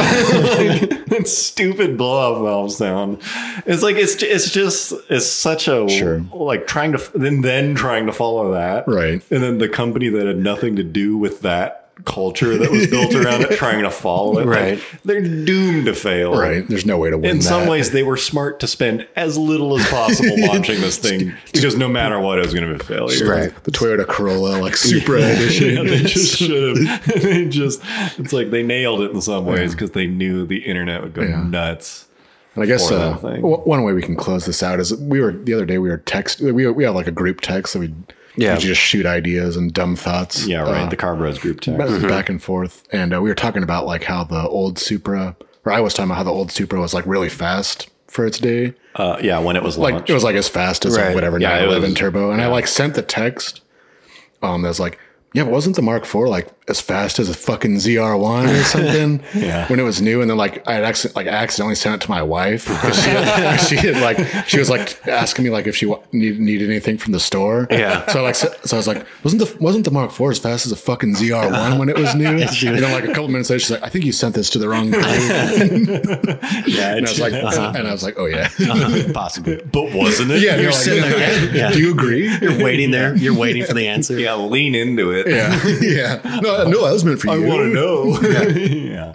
it's stupid blow off valve sound. It's like it's it's just it's such a
Sure.
like trying to then then trying to follow that
Right.
and then the company that had nothing to do with that culture that was built around it, trying to follow it. Like,
Right.
they're doomed to fail.
Right. There's no way to win.
In some
that.
ways, they were smart to spend as little as possible launching this thing because no matter what, it was going to be a failure.
right? The Toyota Corolla, like Supra edition.
Yeah, they just should have. they just, it's like they nailed it in some ways because they knew the internet would go
Yeah.
nuts.
And I guess
Or
uh,
that thing.
w- one way we can close this out is we were the other day we were text we we have like a group text that we
Yeah.
we just shoot ideas and dumb thoughts
Yeah, right.
uh,
the Carbros group text.
back and forth and uh, we were talking about like how the old Supra or I was talking about how the old Supra was like really fast for its day
Uh, yeah, when it was
like
launched.
it was like as fast as
Right.
like, whatever
Yeah, it
911
was-
turbo and I like sent the text um that's like yeah but wasn't the Mark IV like as fast as a fucking ZR1 or something
Yeah.
when it was new and then like I had accident, like accidentally sent it to my wife 'cause she, had, she had like she was like asking me like if she wa- need, needed anything from the store
Yeah.
so like so, so I was like wasn't the wasn't the Mark IV as fast as a fucking ZR1 when it was new and then like a couple minutes later she's like I think you sent this to the wrong group and
yeah,
I was like and I was like oh yeah
Possibly.
but wasn't it?
yeah
You're
you're
like,
sitting there
Yeah.
do you agree
You're waiting there. You're waiting for the answer.
yeah, lean into it.
Yeah, yeah. No, no, that was meant for
I
you.
want to know. yeah.
Uh,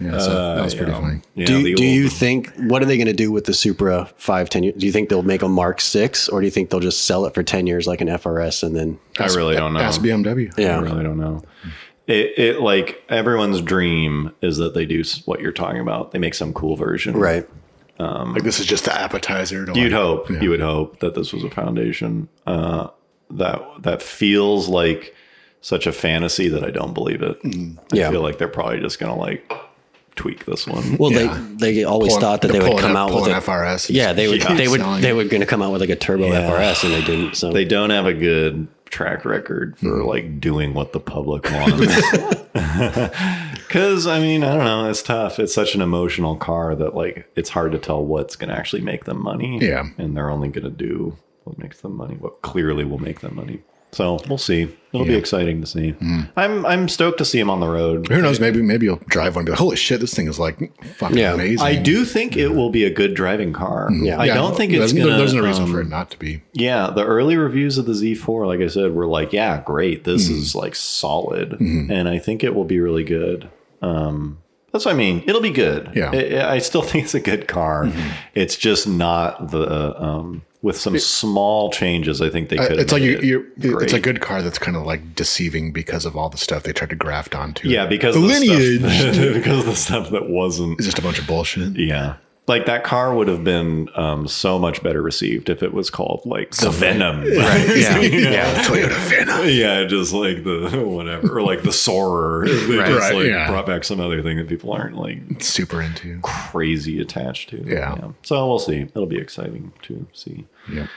Yeah, so that was pretty
yeah.
funny.
Yeah,
do,
the
do
old-
you think what are they going to do with the Supra five ten? years? Do you think they'll make a Mark six, or do you think they'll just sell it for ten years like an FRS and then
I really don't know.
Ask BMW.
yeah,
I really don't know. It, it like everyone's dream is that they do s- what you're talking about. They make some cool version,
right?
Like this is just the appetizer. To
You'd
like,
hope you would hope that this was a foundation uh, that that feels like such a fantasy that I don't believe it.
Mm. Yeah.
I feel like they're probably just gonna like tweak this one.
Well,
Yeah.
they they always
pull-
thought that
to
they
pull
would
an
come
F-
out
pull
with
an
a
FRS.
yeah they would
Keep
they would
selling
they
it.
were going to come out with like a turbo FRS and they didn't. So
they don't have a good track record for like doing what the public wants. Cause I mean, I don't know, it's tough. It's such an emotional car that like it's hard to tell what's gonna actually make them money.
Yeah.
And they're only gonna do what makes them money, what clearly will make them money. So we'll see. It'll be exciting to see. I'm I'm stoked to see him on the road.
Who knows? Maybe maybe you'll drive one. and be like, Holy shit! This thing is like fucking
Yeah.
amazing.
I do think it will be a good driving car.
Yeah.
I
Yeah,
don't think it's
there's,
gonna,
there's no reason
um,
for it not to be.
Yeah, the early reviews of the Z4, like I said, were like, yeah, great. This
Mm-hmm.
is like solid. And I think it will be really good. Um, that's what I mean. It'll be good.
Yeah. Mm-hmm.
I I still think it's a good car. It's just not the, um, with some small changes, I think they
Uh,
could.
It's like you,
made it
you it's a
great.
good car that's kind of like deceiving because of all the stuff they tried to graft onto. it.
Yeah, because
the
of the
lineage
Stuff, because of the stuff that wasn't.
is just a bunch of bullshit.
Yeah. Like that car would have been um, so much better received if it was called like the Venom. Right.
yeah yeah
Toyota Venom.
Yeah, just like the whatever, or like the sorer. They
Right.
just like
Yeah.
brought back some other thing that people aren't like
Super into.
crazy attached to.
Yeah.
So we'll see. It'll be exciting to see.
Yeah.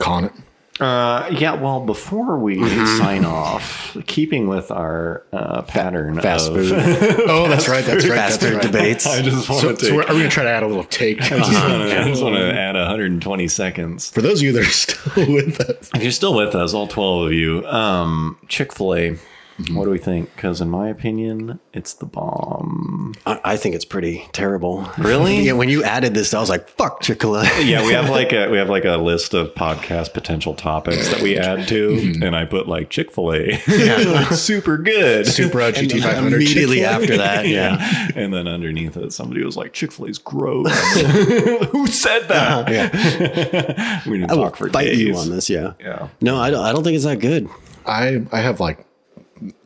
Calling it.
Uh, yeah. Well, before we
Mm-hmm.
sign off, keeping with our uh, pattern
fast
of,
food
Oh, that's right. That's right.
fast
That's
food
right.
debates.
I just want
So,
to
so
take. uh,
we're, are we gonna try to add a little take?
I just want to add 120 seconds.
For those of you that are still with us,
If you're still with us, all 12 of you, um, Chick fil A,
Mm-hmm.
what do we think? Because, in my opinion, it's the bomb.
I, I think it's pretty terrible. Really? yeah. When you added this, I was like, "Fuck Chick Fil A."
yeah, we have like a we have like a list of podcast potential topics that we add to,
Mm-hmm.
and I put like Chick Fil A, super good,
Supra GT500
Immediately
Chick-fil-A.
after that, yeah.
and then underneath it, somebody was like Chick Fil A's gross. Who said that? we didn't
Uh-huh. I will
talk for
fight
days.
you on this. Yeah.
Yeah.
No, I don't. I don't think it's that good.
I I have like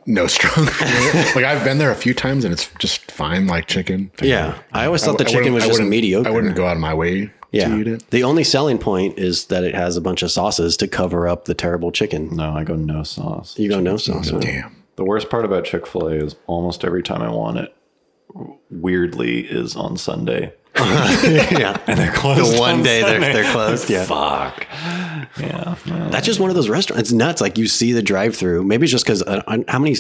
no strong. feeling. like I've been there a few times and it's just fine, like chicken.
Yeah, I always thought the
I
chicken
wouldn't-
was
I
just
wouldn't-
mediocre.
I wouldn't go out of my way
yeah.
to eat it.
The only selling point is that it has a bunch of sauces to cover up the terrible chicken.
No, I go no sauce.
You go no sauce. right?
Damn.
The worst part about Chick Fil A is almost every time I want it, weirdly, is on Sunday.
yeah.
They're closed.
The one day they're,
Sunday.
they're closed. Yeah.
Fuck. Yeah. well,
That's just one of those restaurants. It's nuts. Like you see the drive through. Maybe it's just because uh, how many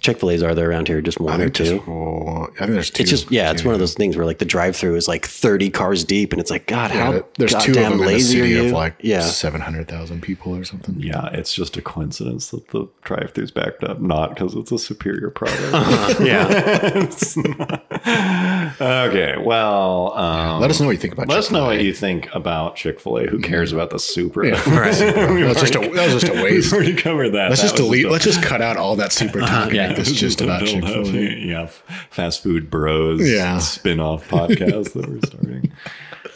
Chick fil A's are there around here? Just one or two?
Just, oh, I think there's two.
it's just, yeah, it's one of those things where like the drive through is like 30 cars deep and it's like, God,
Yeah,
how
there's two of
goddamn
them in a
lazy are
city
you?
of like
yeah.
seven hundred thousand people or something.
Yeah, it's just a coincidence that the drive thru's backed up, not because it's a superior product.
yeah.
It's not. okay, well, um,
Let us know what you think about.
let us know
Chick-fil-A.
what you think about Chick fil A. Who cares about the Supra?
right.
That was just a, that was just a
We've
waste.
already covered that.
Let's
That
just Uh-huh.
was
delete.
a-
Let's just cut out all that super talk.
Yeah.
It's just about
Build
Chick
up,
fil A.
Yeah, f- fast food bros.
Yeah.
spin-off podcast that we're starting.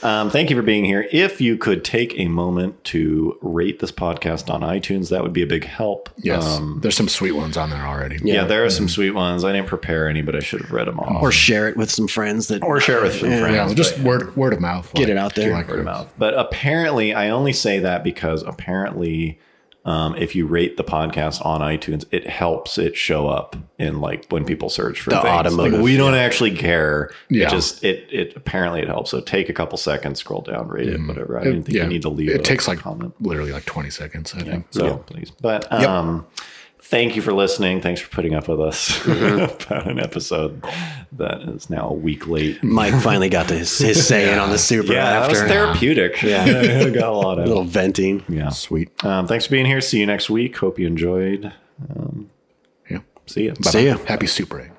Um, thank you for being here. If you could take a moment to rate this podcast on iTunes, that would be a big help.
Yes.
Um,
There's some sweet ones on there already.
yeah, there are some sweet ones. I didn't prepare any, but I should have read them all.
or share it with some friends that
Or share with some
Yeah.
friends.
Yeah,
but-
just word word of mouth.
Get it out
if you
there.
like
word of
it.
mouth. But apparently, I only say that because apparently, um, if you rate the podcast on iTunes, it helps it show up in like when people search for
The
things.
automotive,
Like, we don't actually care.
Yeah.
It just it it apparently it helps. So take a couple seconds, scroll down, rate it, whatever. I didn't think you need to leave.
It
a
takes like
comment.
literally like 20 seconds. I think.
So please, but um, thank you for listening. Thanks for putting up with us about an episode that is now a week late.
Mike finally got to his, his say in on the super
Yeah, that
after
was therapeutic. Yeah, I got a lot
a
of
little venting.
yeah.
Sweet.
Um, thanks for being here. See you next week. Hope you enjoyed.
Yeah.
See you.
See ya.
Happy Super 8.